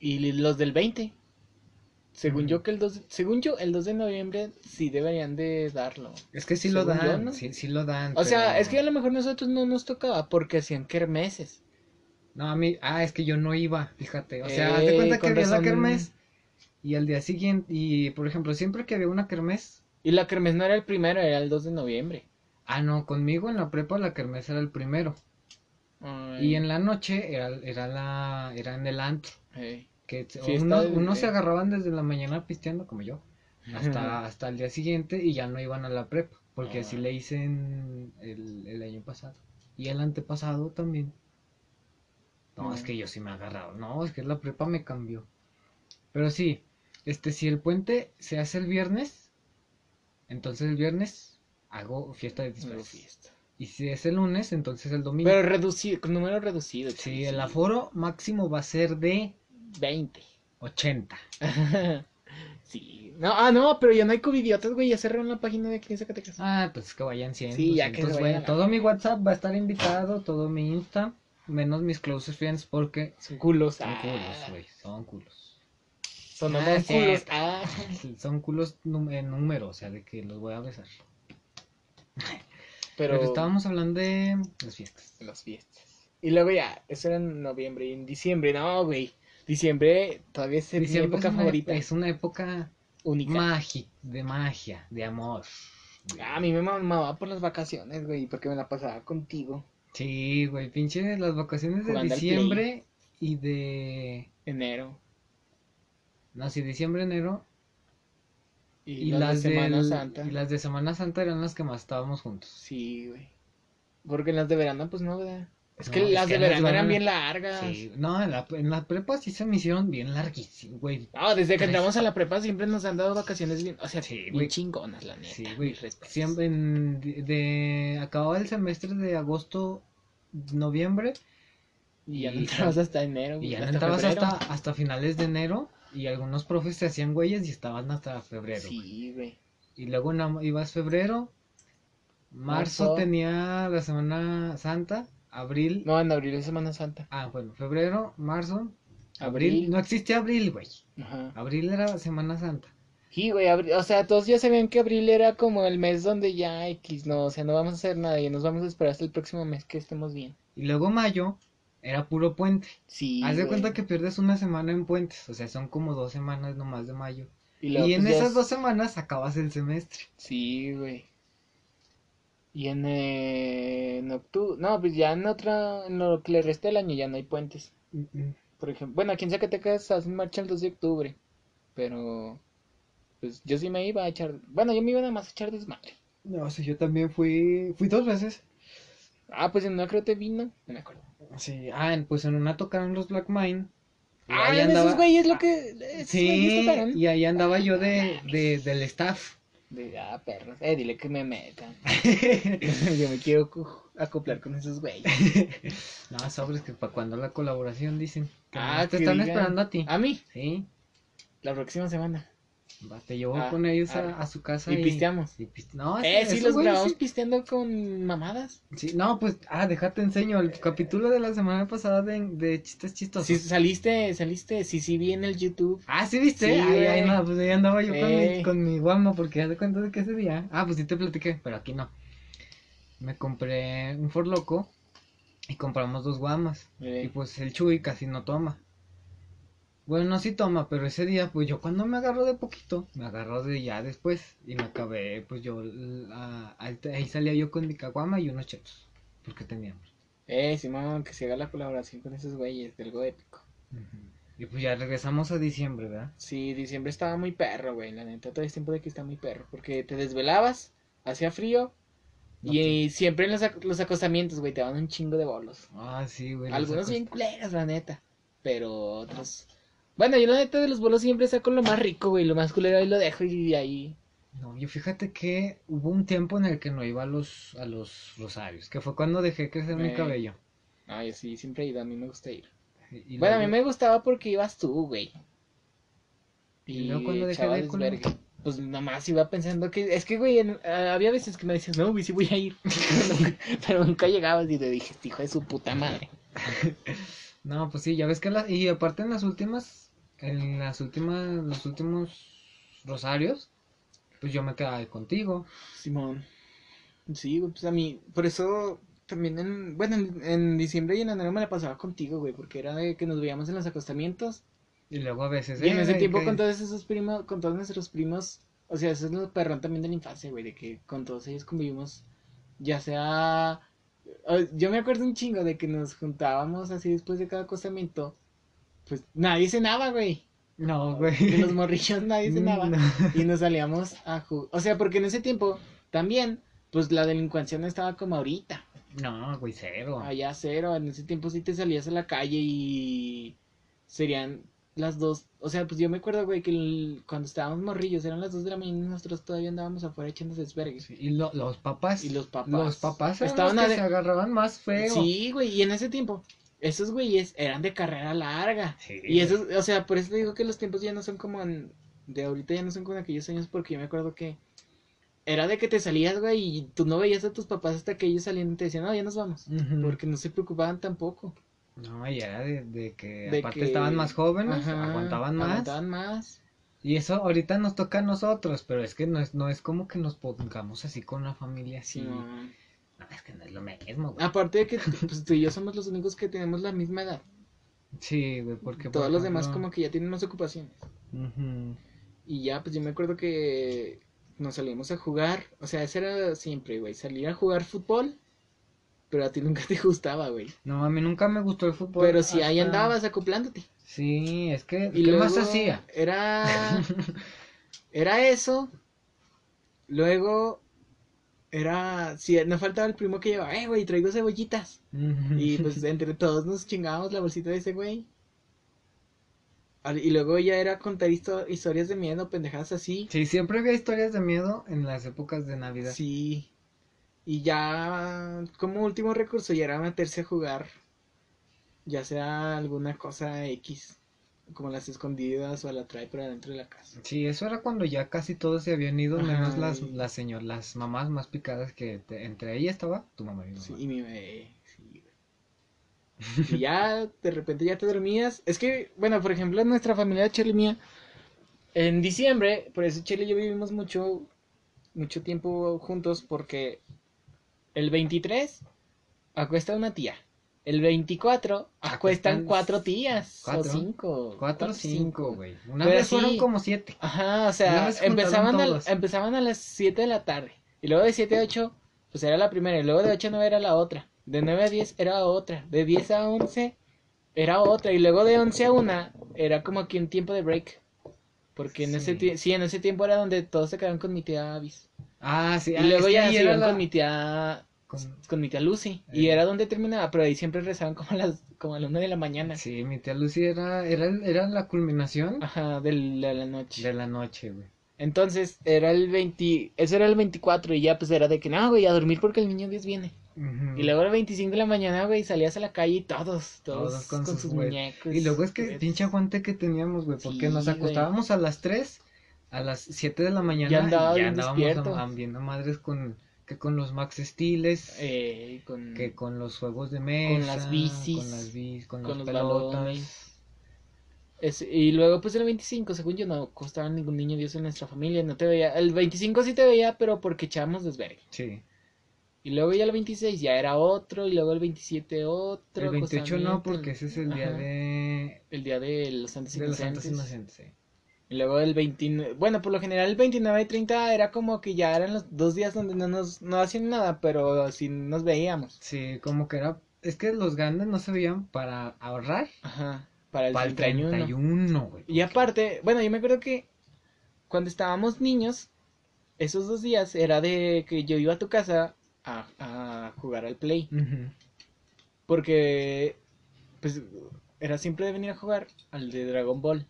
B: y li- los del 20. Según
A: Ujú.
B: yo que el 2, de- según yo, el 2 de noviembre sí deberían de darlo.
A: es que sí lo
B: Según yo,
A: dan,
B: ¿no?
A: sí, sí lo dan.
B: O sea,
A: pero-
B: es que a lo mejor nosotros no nos tocaba porque hacían kermeses.
A: No, a mí, ah, es que yo no iba, fíjate. O sea,
B: Ey,
A: haz de cuenta que
B: Eh, con
A: había la
B: razón.
A: kermés y al día siguiente, y por ejemplo, siempre que había una kermés,
B: Y la kermes no era el primero, era el 2 de noviembre.
A: ah, no, conmigo en la prepa la kermés era el primero.
B: Ay,
A: Y en la noche era, era la, era en el antro,
B: ey.
A: que se-
B: Fiesta
A: unos,
B: del-
A: unos se
B: eh.
A: agarraban desde la mañana pisteando, como yo, hasta, hasta el día siguiente y ya no iban a la prepa, porque así
B: Ah.
A: le hice en el, el año pasado. Y el antepasado también. No, es
B: Ah.
A: que yo sí me agarraba. No, es que la prepa me cambió. Pero sí, este, si el puente se hace el viernes, entonces el viernes hago fiesta de
B: Una
A: disfraces.
B: fiesta.
A: Y si es el lunes, entonces el domingo.
B: Pues. Pero reducido, con número reducido.
A: Sí,
B: chavo,
A: el aforo máximo va a ser de
B: 20.
A: 80.
B: sí. No, ah, no, pero ya no hay covidiotas, güey. Ya cerraron la página de aquí en Zacatecas.
A: Ah, pues que vayan 100.
B: Sí, ya que
A: 200,
B: se
A: güey.
B: vayan a la-
A: Todo mi WhatsApp va a estar invitado, todo mi Insta, menos mis close friends porque
B: Son culos.
A: son
B: ah,
A: culos, güey, son culos.
B: Son
A: Ah,
B: nomás
A: sí.
B: culos. Ah.
A: Son culos num- en número, o sea, de que los voy a besar.
B: Pero,
A: Pero, estábamos hablando de las fiestas.
B: Las fiestas. Y luego ya, eso era en noviembre. Y en diciembre, no, güey. Diciembre todavía es mi época
A: es pues. una,
B: favorita.
A: Es una época
B: única.
A: magi- de magia, de amor.
B: Ah, A mí me mamaba por las vacaciones, güey, porque me la pasaba contigo.
A: Sí, güey, pinche las vacaciones de
B: Jugando al Play.
A: diciembre y de...
B: Enero.
A: No, sí, diciembre, enero
B: Y,
A: y,
B: las
A: las
B: de Semana
A: del-
B: Santa.
A: Y las de Semana Santa eran las que más estábamos juntos.
B: Sí, güey. Porque en las de verano, pues no, ¿verdad? Es
A: No,
B: que
A: es
B: las
A: que
B: de
A: las
B: verano
A: verano-
B: eran bien largas.
A: Sí, no, en la, en la prepa sí se me hicieron bien larguísimas, güey.
B: No, desde que
A: Tres.
B: entramos a la prepa siempre nos han dado vacaciones bien, o sea,
A: Sí,
B: bien
A: güey.
B: chingonas, la neta.
A: Sí, güey.
B: mis respetos.
A: Siempre en, de, de- acababa el semestre de agosto, noviembre,
B: Y ya no
A: y-
B: entrabas hasta enero,
A: y
B: güey,
A: ya no
B: hasta
A: entrabas
B: febrero.
A: hasta, hasta finales de enero, y algunos profes se hacían güeyes y estaban hasta febrero. güey.
B: Sí, güey.
A: Y luego en- ibas febrero, marzo,
B: Marzo.
A: tenía la Semana Santa, abril.
B: No, en abril es Semana Santa.
A: Ah, bueno, febrero, marzo,
B: Abril.
A: abril. No existía abril, güey.
B: Ajá.
A: Abril era Semana Santa.
B: Sí, güey, abri- o sea, todos ya sabían que abril era como el mes donde ya X, no, o sea, no vamos a hacer nada y nos vamos a esperar hasta el próximo mes que estemos bien.
A: Y luego mayo era puro puente.
B: Sí,
A: Haz de
B: güey.
A: cuenta que pierdes una semana en puentes. O sea, son como dos semanas nomás de mayo.
B: Y,
A: Y,
B: luego,
A: en
B: pues, ya
A: esas
B: es-
A: dos semanas acabas el semestre.
B: Sí, güey. Y en, eh, en octubre, no, pues ya en otra, en lo que le resta del año ya no hay puentes.
A: Mm, mm.
B: Por ejemplo, bueno, aquí en Zacatecas hacen marcha el 2 de octubre, pero pues yo sí me iba a echar, bueno, yo me iba nada más a echar desmadre.
A: No, o sea, yo también fui, fui dos veces.
B: Ah, pues en una creo te vino, no me acuerdo.
A: Sí, ah, en- pues en una tocaron los Black Mine. Y
B: Ah,
A: ahí
B: en
A: andaba-
B: esos güeyes lo que... esos güeyes
A: Sí,
B: tocaron. Ah,
A: y ahí andaba yo de, de- del staff.
B: De, ah, perros, eh, dile que me metan. yo me quiero cu- acoplar con esos güeyes.
A: no, sabes que para cuando la colaboración dicen. que
B: Ah,
A: nomás te
B: que
A: están
B: digan. Ah.
A: esperando a ti.
B: A mí,
A: Sí,
B: la próxima semana.
A: va, te llevó
B: Ah,
A: con ellos a,
B: arre.
A: a su casa
B: Y pisteamos.
A: y piste- No,
B: Eh,
A: ese-
B: sí,
A: esos
B: los
A: güeyes
B: grabamos
A: sí-
B: pisteando con mamadas.
A: sí, no, pues, ah, déjate enseño el capítulo de la semana pasada de, de chistes chistosos.
B: Sí, saliste, saliste, sí, sí, vi en el YouTube.
A: Ah, sí, viste.
B: Sí,
A: ay, ay,
B: güey. Eh.
A: no, pues ahí andaba yo con mi,
B: Ey.
A: con mi guamo, porque ya te cuento de que ese día. Ah, pues sí te platiqué, pero aquí no. Me compré un Ford Loco y compramos dos guamas. Y
B: Eh,
A: pues el Chuy casi no toma. Bueno, no sí toma, pero ese día, pues yo cuando me agarro de poquito, me agarro de ya después. Y me acabé, pues yo. la- ahí, ahí salía yo con mi caguama y unos chetos, porque teníamos.
B: eh, Simón, que se haga la colaboración con esos güeyes, de algo épico.
A: Y pues ya regresamos a diciembre, ¿verdad?
B: Sí, diciembre estaba muy perro, güey, la neta, todo el tiempo de que está muy perro, porque te desvelabas, hacía frío,
A: No
B: y, siempre en los, ac- los acostamientos, güey, te daban un chingo de bolos.
A: Ah, sí, güey. los
B: Algunos
A: acost-
B: bien culeros, la neta, pero otros... Bueno, yo la neta de los bolos siempre saco lo más rico, güey, lo más culero ahí lo dejo y ahí...
A: No, yo fíjate que hubo un tiempo en el que no iba a los, a los rosarios, que fue cuando dejé crecer mi
B: Ey.
A: cabello.
B: No, yo sí, siempre he ido, a mí me gusta ir.
A: Y- y
B: bueno, a mí
A: luego-
B: me gustaba porque ibas tú, güey.
A: ¿Y luego cuándo dejé
B: echaba
A: de ir con
B: desvergue. Pues nomás iba pensando que. Es que, güey, en- ah, había veces que me decías, no, güey, sí voy a ir. Pero nunca llegabas y te dije, "Este hijo de su puta madre.
A: No, pues sí, ya ves que las... Y aparte en las últimas, en las últimas, los últimos rosarios, pues yo me quedaba ahí contigo.
B: Simón. Sí, güey, pues a mí. Por eso también en. Bueno, en, en diciembre y en enero me la pasaba contigo, güey, porque era de que nos veíamos en los acostamientos.
A: Y luego a veces...
B: Y en
A: eh,
B: ese
A: de
B: tiempo
A: que-
B: con todos esos primos, con todos nuestros primos, o sea, eso es lo perrón también de la infancia, güey, de que con todos ellos convivimos, ya sea... eh, Yo me acuerdo un chingo de que nos juntábamos así después de cada acostamiento, pues nadie cenaba, güey.
A: No,
B: De
A: güey.
B: los morrillos nadie cenaba.
A: Mm, No.
B: Y nos salíamos a jugar. O sea, porque en ese tiempo también, pues la delincuencia no estaba como ahorita.
A: No, güey, cero.
B: Allá cero, en ese tiempo sí te salías a la calle y serían las dos, o sea, pues yo me acuerdo, güey, que el- cuando estábamos morrillos eran las dos de la mañana y nosotros todavía andábamos afuera echando desvergues.
A: Sí, Y lo- los papás,
B: Y los papás.
A: los papás eran
B: Estaban
A: los que
B: ade-
A: se agarraban más feo.
B: Sí, güey, y en ese tiempo, esos güeyes eran de carrera larga.
A: Sí,
B: Y esos, o sea, por eso te digo que los tiempos ya no son como en- de ahorita, ya no son como en aquellos años, porque yo me acuerdo que era de que te salías, güey, y tú no veías a tus papás hasta que ellos salían y te decían, no, ya nos vamos.
A: Ujú.
B: Porque no se preocupaban tampoco.
A: No, y era de, de que
B: De
A: aparte
B: que-
A: estaban más jóvenes,
B: Ajá,
A: aguantaban más.
B: Aguantaban más.
A: Y eso ahorita nos toca a nosotros, pero es que no es, no es como que nos pongamos así con la familia así. No,
B: Simón.
A: es que no es lo mismo, güey.
B: Aparte de que pues, tú y yo somos los únicos que tenemos la misma edad.
A: Sí, güey, porque por
B: Todos los demás
A: ejemplo,
B: como que ya tienen más ocupaciones.
A: ujú,
B: Y ya, pues yo me acuerdo que nos salíamos a jugar. O sea, eso era siempre, güey. Salir a jugar fútbol. Pero a ti nunca te gustaba, güey.
A: No, a mí nunca me gustó el fútbol.
B: Pero si ahí
A: hasta-
B: andabas acoplándote.
A: Sí, es que...
B: Y
A: ¿Qué
B: luego
A: más hacía?
B: Era. Era eso. Luego. Era. Si no faltaba el primo que llevaba, eh, güey, traigo cebollitas.
A: Ujú.
B: Y pues entre todos nos chingábamos la bolsita de ese güey. Al- Y luego ya era contar histo- historias de miedo, pendejadas así.
A: Sí, siempre había historias de miedo en las épocas de Navidad.
B: Sí. Y ya como último recurso ya era meterse a jugar. Ya sea alguna cosa X. Como las escondidas o a la trae por adentro de la casa.
A: Sí, eso era cuando ya casi todos se habían ido, menos
B: Ajá,
A: las,
B: y-
A: las, señor, las mamás más picadas que te- entre ellas estaba tu mamá y mi mamá.
B: Sí, y mi bebé. sí, güey. Y ya de repente ya te dormías. Es que, bueno, por ejemplo, en nuestra familia, Chele y mía, en diciembre, por eso Chele y yo vivimos mucho, mucho tiempo juntos, porque el 23 acuesta una tía. El 24
A: Acuestan
B: acuestan cuatro tías.
A: Ah, cuatro.
B: O cinco.
A: Cuatro o cinco, güey. Una
B: Pero
A: vez fueron
B: sí.
A: como siete.
B: Ajá, o
A: Una
B: sea,
A: vez juntaron
B: empezaban a,
A: todos.
B: empezaban a las 7 de la tarde. Y luego de 7 a 8, pues era la primera. Y luego de 8 a 9 era la otra. De 9 a 10 era otra. De 10 a 11 era otra. Y luego de 11 a 1 era como aquí un tiempo de break. Porque en ese
A: Sí.
B: tiempo, sí, en ese tiempo era donde todos se quedaban con mi tía Avis.
A: Ah, sí.
B: Y
A: ah,
B: luego
A: es que
B: ya
A: ahí
B: se
A: era
B: iban
A: la-
B: con mi tía,
A: con-
B: con mi tía Lucy. Y
A: Eh.
B: era donde terminaba, pero ahí siempre rezaban como a las, como a la una de la mañana.
A: Sí, mi tía Lucy era, era, era la culminación
B: Ajá, de la, la noche.
A: de la noche, güey.
B: Entonces, era el 20, eso era el 24 y ya pues era de que, no, güey, a dormir porque el niño Dios viene.
A: Ujú.
B: Y luego era el 25 de la mañana, güey, salías a la calle y todos, todos,
A: Todos
B: con,
A: con
B: sus,
A: sus juguetes.
B: muñecos.
A: Y luego es que
B: juguetes.
A: pinche aguante que teníamos, güey, porque
B: pues, Sí,
A: nos
B: güey.
A: acostábamos a las 3, a las 7 de la mañana
B: Ya andaba
A: y
B: bien
A: andábamos
B: despierto.
A: a- a- bien a madres con que con los Max Steels,
B: Eh, con,
A: que con los juegos de mesa,
B: las bicis,
A: con las bicis, con,
B: con
A: las
B: los
A: pelotas.
B: balones. Es- y luego pues el 25, según yo, no acostaba ningún niño Dios en nuestra familia, no te veía. El 25 sí te veía, pero porque echábamos desvergue.
A: Sí.
B: Y luego ya el 26 ya era otro, y luego el 27 otro.
A: El 28 no,
B: acostamiento,
A: porque ese es el día
B: pues ajá,
A: de,
B: El día de los santos
A: de los santos
B: inocentes.
A: inocentes. sí.
B: Y luego el 29, bueno, por lo general el 29 y 30 era como que ya eran los dos días donde no nos no hacían nada, pero sí nos veíamos.
A: Sí, como que era es que los grandes no se veían para ahorrar
B: Ajá, para el,
A: para el
B: 31.
A: 31, güey.
B: Y aparte, bueno, yo me acuerdo que cuando estábamos niños, esos dos días era de que yo iba a tu casa a, a jugar al play,
A: Ujú.
B: porque pues era siempre de venir a jugar al de Dragon Ball.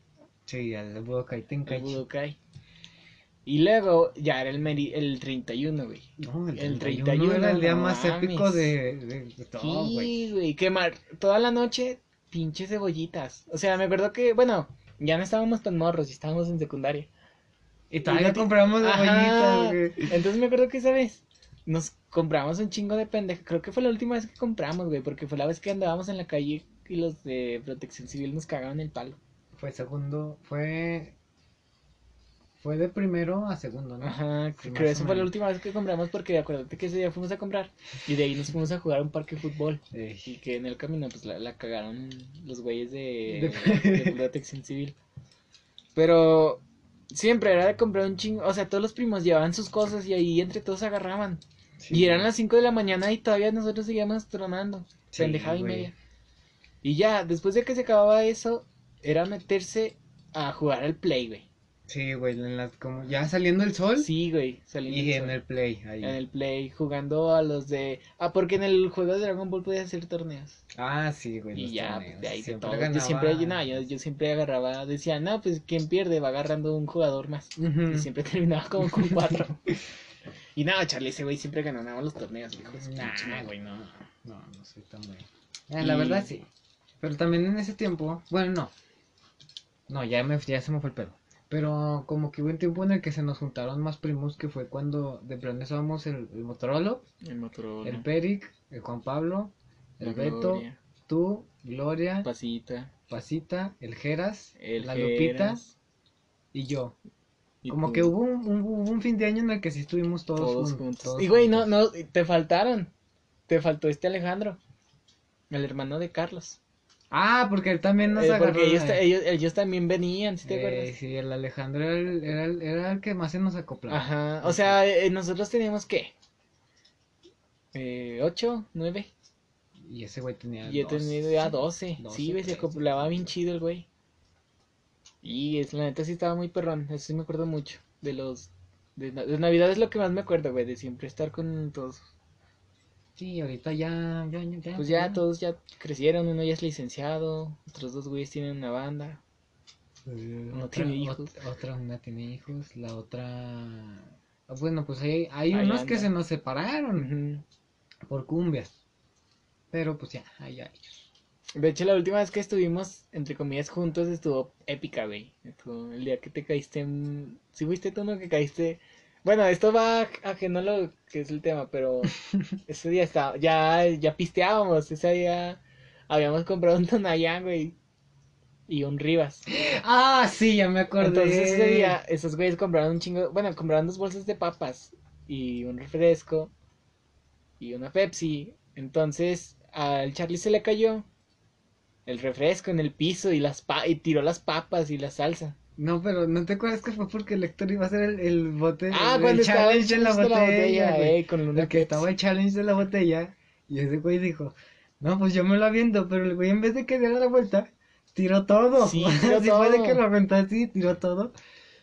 A: Sí, al Budokai
B: al
A: Tenkaichi.
B: Budokai. Y luego ya era el, meri- el 31, güey.
A: No, el,
B: El
A: 31 era el día
B: no
A: más épico
B: mames.
A: de, de- de todo, güey.
B: Sí, güey, quemar toda la noche pinches cebollitas. O sea, me acuerdo que, bueno, ya no estábamos tan morros, estábamos en secundaria.
A: Y
B: Y
A: todavía
B: no te-
A: compramos
B: Ajá.
A: cebollitas, güey.
B: Entonces me acuerdo que esa vez nos compramos un chingo de pendeja. Creo que fue la última vez que compramos, güey, porque fue la vez que andábamos en la calle y los de protección civil nos cagaban el palo.
A: Fue segundo, fue. Fue de primero a segundo, ¿no?
B: Ajá,
A: Sí,
B: creo
A: más
B: esa
A: o
B: fue la
A: menos.
B: última vez que compramos porque acuérdate que ese día fuimos a comprar y de ahí nos fuimos a jugar a un parque de fútbol.
A: Sí.
B: Y que en el camino pues la, la cagaron los güeyes de,
A: De-
B: de protección civil. Pero siempre era de comprar un chingo, o sea, todos los primos llevaban sus cosas y ahí entre todos agarraban. y eran las 5 de la mañana y todavía nosotros seguíamos tronando,
A: Sí,
B: pendejada y
A: güey.
B: media. Y ya, después de que se acababa eso, era meterse a jugar al play, güey.
A: Sí, güey, en las- como ya saliendo el sol
B: Sí, güey, saliendo
A: ¿Eh? y
B: del
A: en
B: sol.
A: el play. Ahí.
B: en el play, jugando a los de... Ah, porque en el juego de Dragon Ball podías hacer torneos.
A: Ah, sí, güey.
B: Y
A: los
B: ya,
A: torneos.
B: pues, de ahí de
A: siempre
B: todo. Yo
A: ganaba-
B: siempre, yo, no, yo, yo siempre agarraba, decía, no, pues quien pierde va agarrando un jugador más.
A: Ujú.
B: Y siempre terminaba como con cuatro. y nada, Charlie, ese güey siempre ganaba los torneos, hijo de su pinche
A: Nah,
B: madre.
A: güey, no. No, no soy tan bueno. Eh, La
B: Y-
A: verdad, sí. Pero también en ese tiempo, bueno, no. No, ya, me, ya se me fue el pedo. Pero como que hubo un tiempo en el que se nos juntaron más primos, que fue cuando de plano estábamos el, el Motorola,
B: El Motorola.
A: el Peric, el Juan Pablo, el
B: la
A: Beto,
B: Gloria,
A: tú, Gloria,
B: Pasita.
A: Pasita, el Geras,
B: El
A: la Lupita
B: Jeras,
A: y yo.
B: y
A: como
B: tú,
A: que hubo un, un- hubo un fin de año en el que sí estuvimos todos,
B: Todos
A: jun-
B: juntos.
A: todos
B: y güey, no,
A: juntos.
B: no, te faltaron. Te faltó este Alejandro. El hermano de Carlos.
A: Ah, porque él también nos
B: Eh,
A: agarró.
B: porque ellos,
A: la-
B: ta- ellos, ellos también venían, ¿sí te
A: Eh,
B: acuerdas?
A: sí, el Alejandro era el, era el- era el que más se nos acoplaba.
B: Ajá, o sea, eh, nosotros teníamos qué? Eh, ¿Ocho? ¿Nueve?
A: Y ese güey tenía.
B: Y yo
A: dos.
B: tenía ya doce.
A: Doce,
B: Sí, güey, se
A: trece,
B: acoplaba
A: sí,
B: bien
A: sí.
B: chido el güey. Y es, la neta sí estaba muy perrón, eso sí me acuerdo mucho. De los. De, na- de Navidad es lo que más me acuerdo, güey, de siempre estar con todos.
A: Sí, ahorita ya. ya, ya,
B: Pues ya todos ya crecieron, uno ya es licenciado, otros dos güeyes tienen una banda.
A: no
B: no tiene hijos.
A: Pues, eh, Otra una tiene hijos, la otra. Ah, Bueno, pues hay, hay
B: Ahí
A: unos que
B: anda.
A: se nos separaron
B: Ujú.
A: por cumbias. Pero pues ya, ahí hay.
B: De hecho, la última vez que estuvimos, entre comillas, juntos estuvo épica, güey. Estuvo el día que te caíste en... Si fuiste tú, ¿no? Que caíste... Bueno, esto va a- ajeno a lo que es el tema, pero ese día estaba... Ya, ya pisteábamos, ese día habíamos comprado un Tonayán, güey. Y un Rivas.
A: Ah, sí, ya me acordé.
B: Entonces ese día, esos güeyes compraron un chingo... Bueno, compraron dos bolsas de papas y un refresco y una Pepsi. Entonces al Charlie se le cayó el refresco en el piso y las pa- y tiró las papas y la salsa.
A: No, pero no te acuerdas que fue porque el Héctor iba a hacer el, el bote.
B: Ah,
A: el
B: cuando estaba
A: challenge de la
B: justo
A: botella. güey.
B: eh, con una
A: El que
B: Pepsi.
A: estaba el challenge de la botella y ese güey dijo, no, pues yo me lo aviento, pero el güey en vez de que diera la vuelta, tiró todo.
B: Sí, tiró
A: Después de
B: todo.
A: que lo aventó así, tiró todo.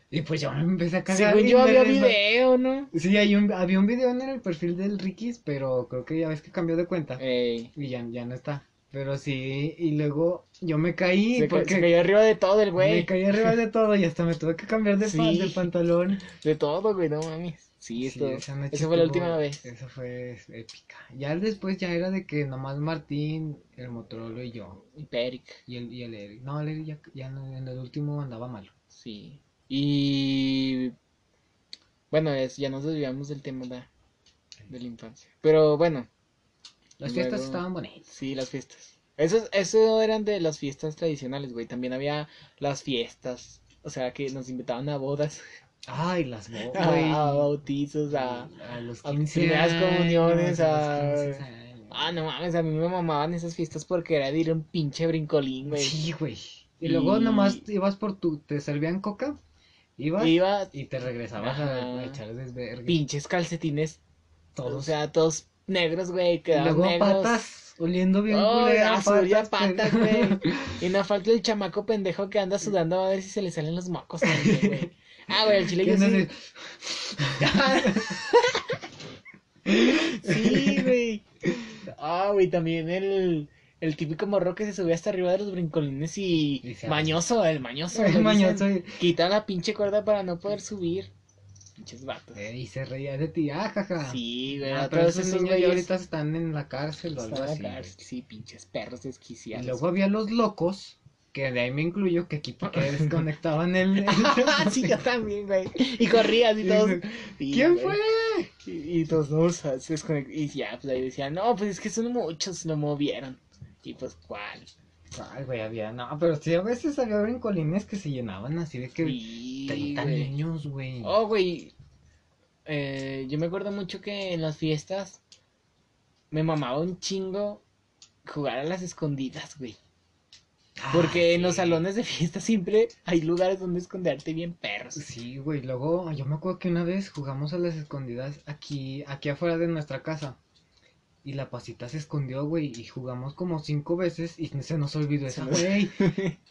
A: Y pues yo me empecé a cagar.
B: Según
A: y
B: yo
A: me
B: había
A: resba-
B: video, ¿no?
A: Sí, hay un, había un video en el perfil del Rikis, pero creo que ya ves que cambió de cuenta.
B: Ey.
A: Y ya, ya no está. Pero sí, y luego yo me caí
B: se, ca-
A: porque
B: se cayó arriba de todo el
A: me
B: güey.
A: caí arriba de todo y hasta me tuve que cambiar de, pan-
B: Sí.
A: de pantalón.
B: De todo, güey, no mames. Sí, esto.
A: esa noche
B: esa fue la
A: estuvo-
B: última vez.
A: Esa fue épica. Ya después ya era de que nomás Martín, el Motorola y yo.
B: Y Peric,
A: Y el, y el Eric. No, el Eric ya, ya no- en el último andaba malo.
B: sí. Y. Bueno, es- ya nos desviamos del tema da- de la infancia. Pero bueno,
A: Las
B: Y
A: fiestas
B: luego-
A: estaban bonitas.
B: Sí, las fiestas. Eso, eso eran de las fiestas tradicionales, güey. También había las fiestas. O sea, que nos invitaban a bodas,
A: Ay, las bodas.
B: a, a bautizos, a...
A: a, los
B: ah, a
A: 15
B: primeras
A: años,
B: comuniones,
A: a los
B: a-
A: 15 años.
B: Ah, no mames, a mí me mamaban esas fiestas porque era de ir a un pinche brincolín, güey.
A: Sí, güey. Y
B: Y-
A: luego nomás ibas por tu. Te servían coca, ibas y,
B: Iba
A: te regresabas a,
B: Ajá.
A: a echar desvergue.
B: pinches calcetines,
A: Todos.
B: o sea, todos negros, güey,
A: y
B: quedaban
A: luego
B: negros.
A: patas, oliendo bien
B: Oh,
A: culero,
B: a sudar ya
A: patas,
B: patas,
A: pero-
B: güey. Y no falta el chamaco pendejo que anda sudando a ver si se le salen los mocos también, güey. Ah, güey, el chile
A: ¿Qué
B: yo
A: andas
B: sí, Sí, güey. Ah, güey, también el, el típico morro que se subía hasta arriba de los brincolines y,
A: Y se
B: mañoso, el mañoso.
A: de-
B: le
A: mañoso
B: dicen.
A: y-
B: Quita la pinche cuerda para no poder subir. Pinches vatos.
A: eh, y se reía de ti, ah, jaja.
B: Sí, güey,
A: Ah,
B: otra
A: pero
B: vez
A: esos
B: esos
A: niños ya
B: güeyes
A: ahorita están en la cárcel o
B: están
A: algo
B: en la
A: así. güey.
B: cárcel. Sí, pinches perros
A: Y
B: desquiciados.
A: luego había los locos, que de ahí me incluyo, que aquí porque desconectaban el. el-
B: sí, yo también, güey. Y corrías y
A: Y
B: todos.
A: dice,
B: Sí,
A: ¿Quién
B: güey.
A: fue?
B: Y, y todos no, o sea, se desconect- Y ya, pues ahí decían, no, pues es que son muchos, lo movieron. Y pues, ¿cuál?
A: Ay, güey, había, no, pero sí, a veces había brincolines que se llenaban así de que
B: Sí,
A: 30
B: güey.
A: niños, güey.
B: Oh, güey. Eh, yo me acuerdo mucho que en las fiestas me mamaba un chingo jugar a las escondidas, güey.
A: Ah,
B: Porque en los
A: sí.
B: salones de fiesta siempre hay lugares donde esconderte bien perros.
A: Sí, güey, luego yo me acuerdo que una vez jugamos a las escondidas aquí, aquí afuera de nuestra casa. Y la pasita se escondió, güey, y jugamos como cinco veces y se nos olvidó
B: Se
A: esa,
B: nos-
A: güey.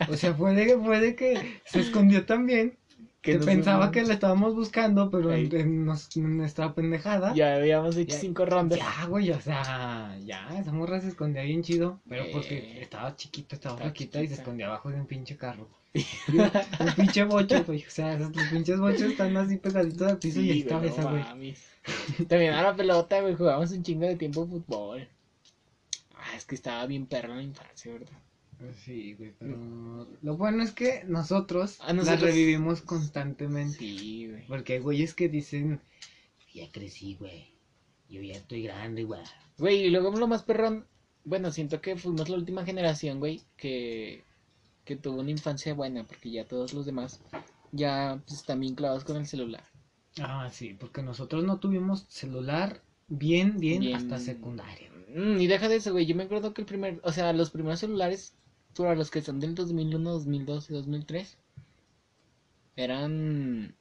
A: O sea, fue de, fue de que se escondió también, que,
B: nos-
A: pensaba que la estábamos buscando, pero en,
B: Ey.
A: en nos- en nuestra pendejada.
B: Ya habíamos hecho
A: Ya-
B: cinco rondas.
A: Ya, güey, o sea, ya, esa morra se escondía bien chido, pero porque
B: Eh.
A: estaba chiquita, estaba
B: Estaba
A: flaquita y se
B: chiquita.
A: escondía abajo de un pinche carro. Y un un pinche bocho, güey, o sea, esos- los pinches bochos están así pegaditos al piso y ahí
B: Sí,
A: estaba
B: güey, no
A: esa, güey.
B: mames. También a la pelota, güey, jugábamos un chingo de tiempo fútbol. Ah, es que estaba bien perro en la infancia, ¿verdad?
A: Pues Sí, güey, pero lo bueno es que nosotros,
B: Ah, nosotros-
A: las revivimos constantemente,
B: Sí, güey.
A: porque hay güeyes que dicen, ya crecí, güey, yo ya estoy grande, güey.
B: Güey, y luego lo más perrón. Bueno, siento que fuimos la última generación, güey, que, que tuvo una infancia buena, porque ya todos los demás ya pues, están bien clavados con el celular.
A: Ah, sí, porque nosotros no tuvimos celular bien, bien,
B: Bien.
A: hasta secundaria.
B: Mm, y deja de eso, güey. Yo me acuerdo que el primer, o sea, los primeros celulares, para los que son del 2001, 2002 y 2003, eran.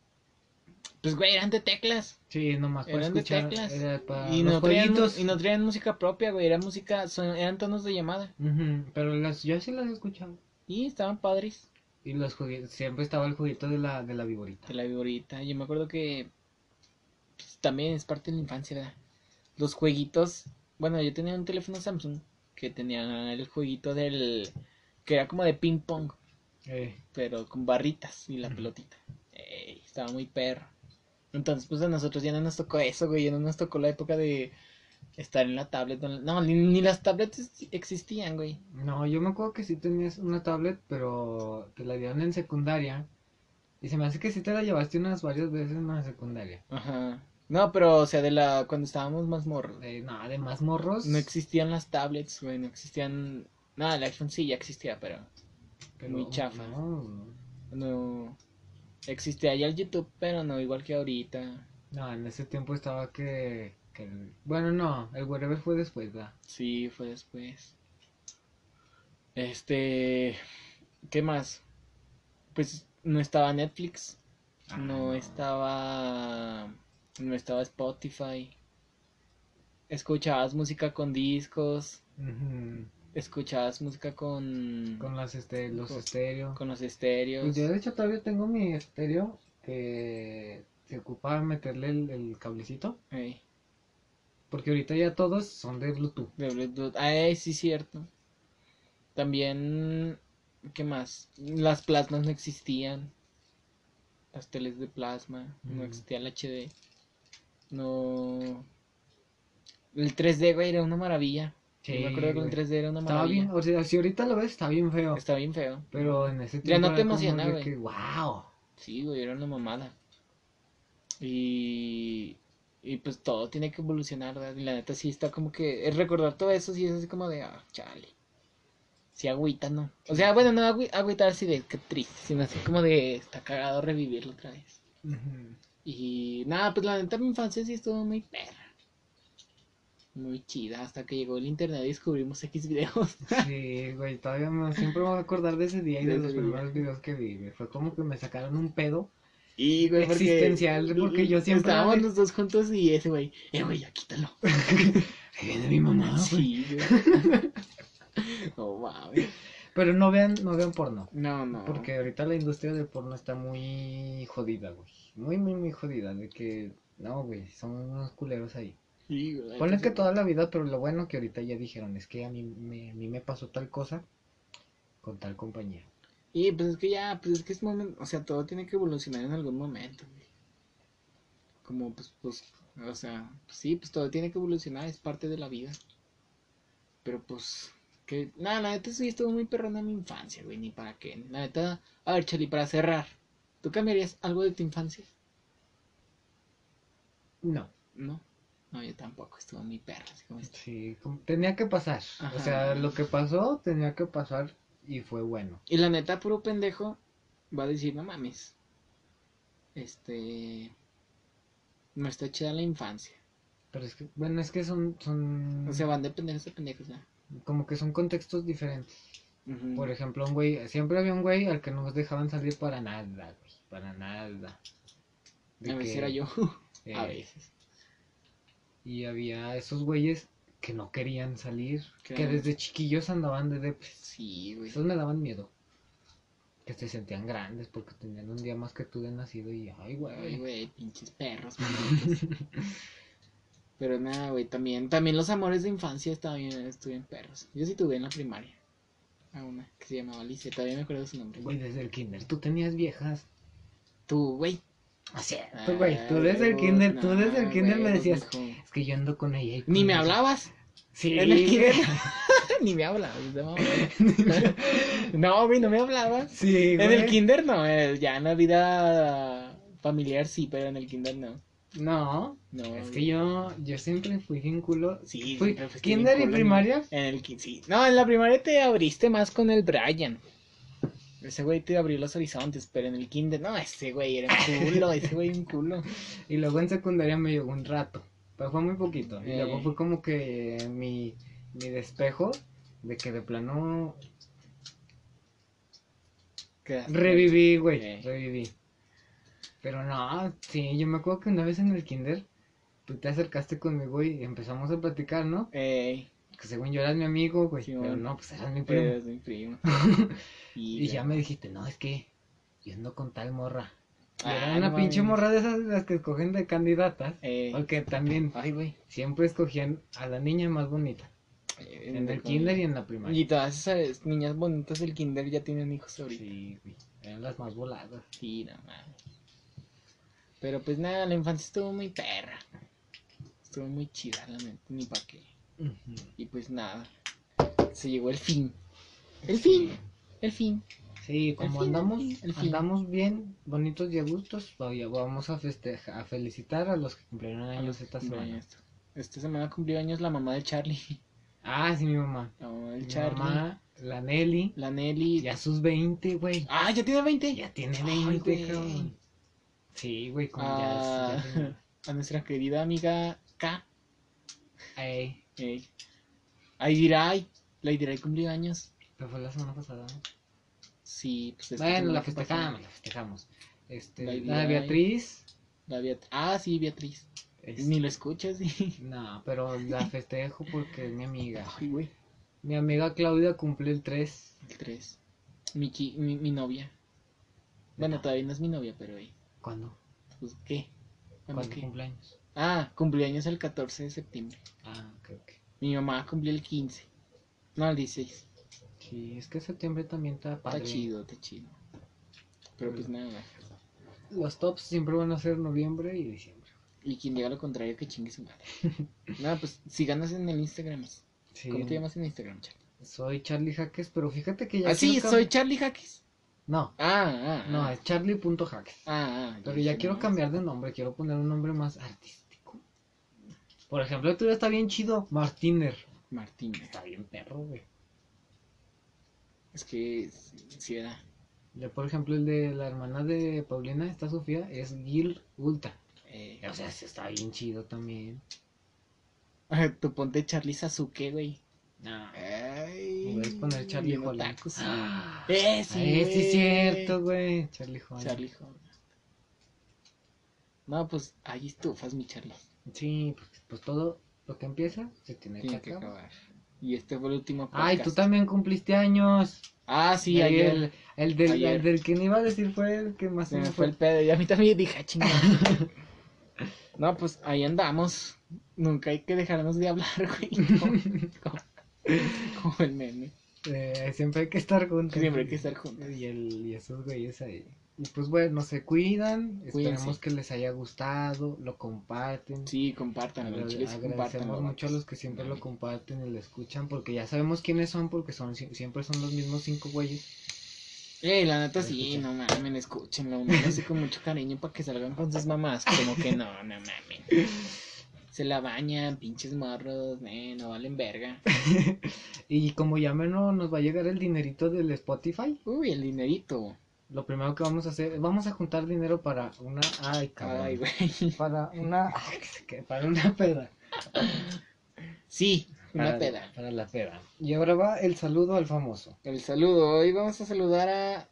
B: Pues, güey, eran de teclas.
A: Sí, nomás para
B: Eran de
A: escuchar.
B: teclas.
A: Era para
B: Y
A: Ah, los
B: no, traían, mu-
A: jueguitos.
B: y no traían música propia, güey. Era música, son- eran tonos de llamada.
A: Ujú, Pero las, yo sí las he escuchado.
B: Y estaban padres.
A: Y los juegue- siempre estaba el juguito de la, de la viborita.
B: De la viborita. Yo me acuerdo que pues, también es parte de la infancia, ¿verdad? Los jueguitos. Bueno, yo tenía un teléfono Samsung que tenía el jueguito del. que era como de ping pong,
A: Eh,
B: pero con barritas y la
A: Ujú.
B: pelotita. Ey, estaba muy perro. Entonces, pues a nosotros ya no nos tocó eso, güey. Ya no nos tocó la época de estar en la tablet. No, ni, ni las tablets existían, güey.
A: no, yo me acuerdo que sí tenías una tablet, pero te la dieron en secundaria. Y se me hace que sí te la llevaste unas varias veces en la secundaria.
B: Ajá. No, pero, o sea, de la. cuando estábamos más morros.
A: Eh, no, de más morros.
B: No existían las tablets, güey, no existían... Nada, el iPhone sí ya existía, pero
A: pero
B: muy chafa.
A: No,
B: no... Existía ya el YouTube, pero no igual que ahorita.
A: no, en ese tiempo estaba que. que el- bueno, no, el wherever fue después, ¿verdad?
B: Sí, fue después. Este... ¿Qué más? Pues no estaba Netflix,
A: Ah,
B: no estaba... No estaba Spotify. Escuchabas música con discos.
A: Ujú.
B: escuchabas música con,
A: Con las este, los
B: Con-
A: estéreos.
B: con los
A: Pues
B: estéreos.
A: yo de hecho todavía tengo mi estéreo que se ocupaba meterle el, el cablecito.
B: Ey,
A: Porque ahorita ya todos son de Bluetooth.
B: de Bluetooth. Ay, eh, sí, cierto. También, ¿qué más? Las plasmas no existían. Las teles de plasma. No
A: Ujú.
B: existía el HD. No. El 3D, güey, era una maravilla. Yo me acuerdo que el
A: güey.
B: 3D era una
A: Estaba
B: maravilla.
A: bien, o sea, si ahorita lo ves, está bien feo.
B: Está bien feo.
A: Pero en ese
B: Ya
A: tiempo.
B: no te
A: era como
B: emociona,
A: de
B: güey.
A: que, ¡Wow!
B: Sí, güey, era una mamada. Y, y pues todo tiene que evolucionar, ¿verdad? Y la neta sí está como que es recordar todo eso, sí es así como de, ah, chale. Sí agüita, ¿no? O sea, bueno, no agü- agüitar así de qué triste, sino así como de está cagado revivirlo otra vez.
A: Ujú.
B: Y nada, pues la neta mi infancia sí estuvo muy perra. Muy chida, hasta que llegó el internet y descubrimos X videos.
A: Sí, güey, todavía me- siempre me voy a acordar de ese día y
B: De
A: de
B: ese
A: los
B: día.
A: primeros videos que vi. güey. Fue como que me sacaron un pedo.
B: Y,
A: güey, porque- Existencial, porque yo siempre-
B: Estábamos los dos juntos y ese güey, eh, güey, ya quítalo.
A: Ahí viene mi mamá, güey.
B: Sí, güey.
A: Oh,
B: No mames.
A: Pero no vean, no vean porno.
B: No, no.
A: Porque ahorita la industria del porno está muy jodida, güey. Muy, muy, muy jodida. De que, no, güey, son unos culeros ahí.
B: Sí, güey,
A: Ponle que
B: entonces-
A: toda la vida, pero lo bueno que ahorita ya dijeron es que a mí me, a mí me pasó tal cosa con tal compañía.
B: Y pues es que ya, pues es que es momento. O sea, todo tiene que evolucionar en algún momento, güey. Como, pues, pues. O sea, pues sí, pues todo tiene que evolucionar, es parte de la vida. Pero pues. Que, nada, la neta sí estuvo muy perrona mi infancia, güey, ni para qué. La neta. A ver, Cheli, para cerrar, ¿tú cambiarías algo de tu infancia?
A: No,
B: No. No, yo tampoco, estuvo muy perra, así como está.
A: sí, este, como- tenía que pasar.
B: Ajá.
A: O sea, lo que pasó tenía que pasar y fue bueno.
B: Y la neta, puro pendejo va a decir, no mames. Este. No está chida la infancia.
A: Pero es que, bueno, es que son, son,
B: O sea, van de pendejos a pendejos, ¿verdad?
A: como que son contextos diferentes.
B: Ujú.
A: Por ejemplo, un güey, siempre había un güey al que no nos dejaban salir para nada, güey, para nada. De
B: a veces
A: que,
B: era yo.
A: eh,
B: a veces.
A: Y había esos güeyes que no querían salir, que
B: Claro.
A: desde chiquillos andaban de depres.
B: Sí, güey.
A: Esos me daban miedo. Que se sentían grandes porque tenían un día más que tú de nacido y ay,
B: Ay,
A: güey.
B: güey, pinches perros. pendejos. Pero nada, güey, también, también los amores de infancia estaban bien, estuvieron perros. Yo sí tuve en la primaria. A una que se llamaba Alicia, todavía me acuerdo su nombre.
A: Güey, desde el kinder tú tenías viejas.
B: Tú, güey.
A: Así tú, güey, tú desde el
B: Ay,
A: kinder, tú
B: no,
A: desde el kinder me
B: güey,
A: decías,
B: mijo.
A: es que yo ando con ella. y
B: Ni
A: con
B: me
A: ella".
B: hablabas.
A: Sí,
B: En el
A: güey.
B: kinder. Ni me hablabas, no, güey. No, güey, no me hablabas.
A: Sí,
B: En el
A: güey.
B: kinder no, eh, ya en la vida familiar sí, pero en el kinder no.
A: No,
B: No.
A: es que
B: güey.
A: yo, yo siempre fui bien culo.
B: Sí,
A: fui-
B: siempre fuiste
A: ¿kinder
B: bien
A: y
B: culo,
A: primaria?
B: En el kinder, sí. No, en la primaria te abriste más con el Brian. Ese güey te abrió los horizontes, pero en el kinder, no, ese güey era un culo, ese güey un culo.
A: Y luego en secundaria me llegó un rato. Pero fue muy poquito. Y luego
B: Eh.
A: fue como que mi, mi despejo de que de plano
B: Quedaste-
A: Reviví, güey,
B: Eh.
A: reviví. Pero no, sí, yo me acuerdo que una vez en el kinder, tú te acercaste conmigo y empezamos a platicar, ¿no?
B: Ey,
A: Que según yo eras mi amigo, güey,
B: Sí,
A: pero
B: bueno.
A: no, pues eras mi primo.
B: pero es mi primo.
A: y ya
B: güey.
A: me dijiste, no, es que yo ando con tal morra. Y
B: Ah,
A: era
B: no
A: una
B: mames.
A: pinche morra de esas de las que escogen de candidatas,
B: Ey.
A: porque también
B: Ay, güey.
A: siempre escogían a la niña más bonita, en el kinder y en la primaria.
B: Eh, Y todas esas niñas bonitas del kinder ya tienen hijos ahorita.
A: Sí, güey, eran las más voladas.
B: Sí, no mames. Pero pues nada, la infancia estuvo muy perra. Estuvo muy chida, la neta, ni pa' qué. Y pues nada, se llegó el fin. El fin, el fin.
A: Sí, como
B: fin,
A: andamos,
B: el fin, el fin.
A: andamos bien, bonitos y a gustos, todavía vamos a festejar, a felicitar a los que cumplieron años Ah, esta semana.
B: Cumpleaños. Esta semana cumplió años la mamá de Charlie.
A: Ah, sí, mi mamá.
B: La mamá
A: Mi
B: de Charlie.
A: mamá, la Nelly,
B: La Nelly.
A: ya sus 20, güey.
B: Ah, ya tiene 20.
A: Ya tiene
B: Ay,
A: 20,
B: güey.
A: cabrón. Sí, güey, como ya,
B: Ah,
A: es- ya tiene-
B: a nuestra querida amiga K.
A: Ey,
B: Ey. Ay, Diray. La Diray cumplió años.
A: pero fue la semana pasada. ¿no?
B: Sí, pues esta
A: Bueno,
B: semana
A: la
B: que pasó.
A: festejamos, la festejamos. Este,
B: La
A: la,
B: Irai.
A: Beatriz.
B: La Beat- Ah, sí, Beatriz.
A: es-
B: Ni lo escuchas. sí.
A: No, pero la festejo porque es mi amiga.
B: Ay, güey.
A: Mi amiga Claudia cumple el 3.
B: El 3. Mi, qui- mi, mi novia. Bueno,
A: Ajá.
B: todavía no es mi novia, pero ey,
A: Ah, ¿Cuándo?
B: pues, ¿qué? ¿Cuándo
A: ¿Cuándo
B: qué?
A: cumpleaños?
B: Ah, cumpleaños el 14 de septiembre.
A: Ah, ok, ok.
B: Mi mamá cumplió el 15. No, el 16.
A: Sí, es que septiembre también está padre.
B: Está chido, está chido. Pero pues nada más.
A: Los tops siempre van a ser noviembre y diciembre.
B: Y quien diga lo contrario, que chingue su madre. nada, pues si ganas en el Instagram.
A: Sí.
B: ¿Cómo te llamas en Instagram, Charlie?
A: Soy Charlie Jaques, pero fíjate que ya...
B: Ah,
A: quiero
B: sí,
A: cam-
B: soy Charlie Jaques.
A: No,
B: Ah, ah.
A: no,
B: ah.
A: es charlie.jaques.
B: Ah, ah.
A: Pero ya
B: dije,
A: quiero
B: no,
A: cambiar de nombre, quiero poner un nombre más artístico. Por ejemplo, el tuyo está bien chido, Martiner.
B: Martín.
A: Está bien perro, güey.
B: Es que si era.
A: Ya, por ejemplo, el de la hermana de Paulina, esta Sofía, es Gil Ulta.
B: eh,
A: O sea, ese está bien chido también.
B: tu ponte Charlie Sasuke, güey.
A: No.
B: Ay.
A: Puedes poner Charlie
B: bien
A: Holland.
B: otaku, sí.
A: Ah,
B: Eh, sí,
A: sí, sí,
B: güey.
A: es cierto, güey. Charlie Holland.
B: Charlie Holland. No, pues ahí estufas, mi Charlie.
A: Sí, pues, pues todo lo que empieza se tiene,
B: Tiene
A: que
B: que
A: acabar.
B: acabar. Y este fue el último podcast.
A: Ay, tú también cumpliste años.
B: Ah, sí,
A: Ay,
B: ayer.
A: El, el del,
B: Ayer.
A: el del que me iba a decir fue el que más
B: Se me
A: me
B: fue el pedo. Y a mí también dije, "Ah, chinga. No, pues ahí andamos. Nunca hay que dejarnos de hablar, güey. Como, como- como el meme.
A: Eh, siempre hay que estar juntos.
B: Siempre hay que estar juntos.
A: Y, el, y esos güeyes ahí. Y pues bueno, se cuidan.
B: Cuídense.
A: Esperemos que les haya gustado. Lo comparten.
B: Sí, compartan,
A: Agra-
B: los chiles, compartan.
A: agradecemos mucho a los que siempre lo comparten y lo escuchan. Porque ya sabemos quiénes son. Porque son sie- siempre son los mismos cinco güeyes.
B: Eh, la neta
A: Lo
B: sí,
A: escuchan.
B: no mamen, escúchenlo. uno lo hace con mucho cariño para que salgan con sus mamás. Como que no, no mamen. Se la bañan, pinches morros, eh, no valen verga.
A: Y como ya menos nos va a llegar el dinerito del Spotify.
B: Uy, el dinerito.
A: Lo primero que vamos a hacer. Vamos a juntar dinero para una. Ay, cabrón.
B: Ay, güey.
A: Para una. Para una peda.
B: Sí, una
A: Para-
B: peda.
A: Para la peda. Y ahora va el saludo al famoso.
B: El saludo. Hoy vamos a saludar a.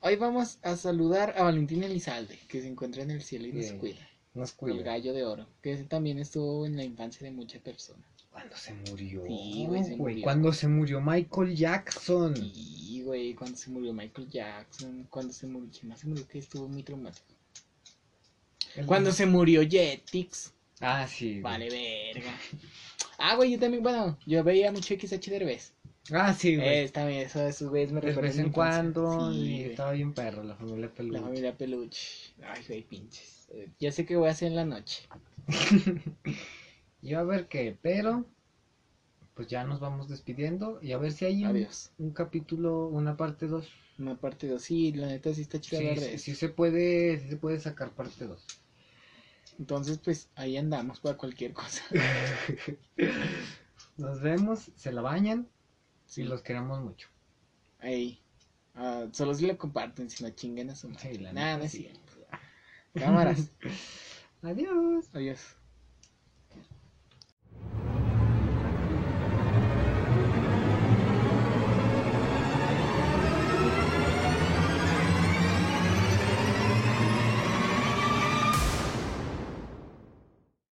B: Hoy vamos a saludar a Valentín Elizalde, que se encuentra en el cielo y nos
A: Bien.
B: cuida.
A: Nos
B: El
A: cuida.
B: gallo de oro, que ese también estuvo en la infancia de muchas personas.
A: Cuando se murió.
B: Sí, güey, se murió.
A: Cuando se murió Michael Jackson.
B: Y, güey, cuando se murió Michael Jackson, cuando se murió. ¿Quién más se murió? Que estuvo muy traumático.
A: El-
B: Cuando se murió Jetix.
A: Ah, sí. güey.
B: Vale, verga. Ah, güey, yo también, bueno, yo veía mucho XH Derbez.
A: Ah, sí, güey.
B: Eh, también, eso de sus güeyes me
A: De
B: recuerda
A: vez
B: a mi
A: en
B: infancia.
A: cuando.
B: Sí,
A: y
B: güey.
A: estaba bien perro, la familia peluda.
B: La familia peluche. Ay, güey, pinches. Eh, Ya sé qué voy a hacer en la noche.
A: Y a ver qué, pero. Pues ya nos vamos despidiendo. Y a ver si hay un,
B: Adiós.
A: un capítulo, una parte 2.
B: Una parte 2. Sí, la neta sí está
A: Sí,
B: chida hablar de
A: sí,
B: eso.
A: sí se puede, sí se puede sacar parte 2.
B: Entonces, pues ahí andamos para cualquier cosa.
A: Nos vemos, se la bañan
B: Sí,
A: y los queremos mucho.
B: ahí. Ah, solo si lo comparten, si no chinguen a su madre.
A: Sí, la
B: Nada,
A: neta,
B: no es
A: sí.
B: cierto. Cámaras.
A: Adiós.
B: Adiós.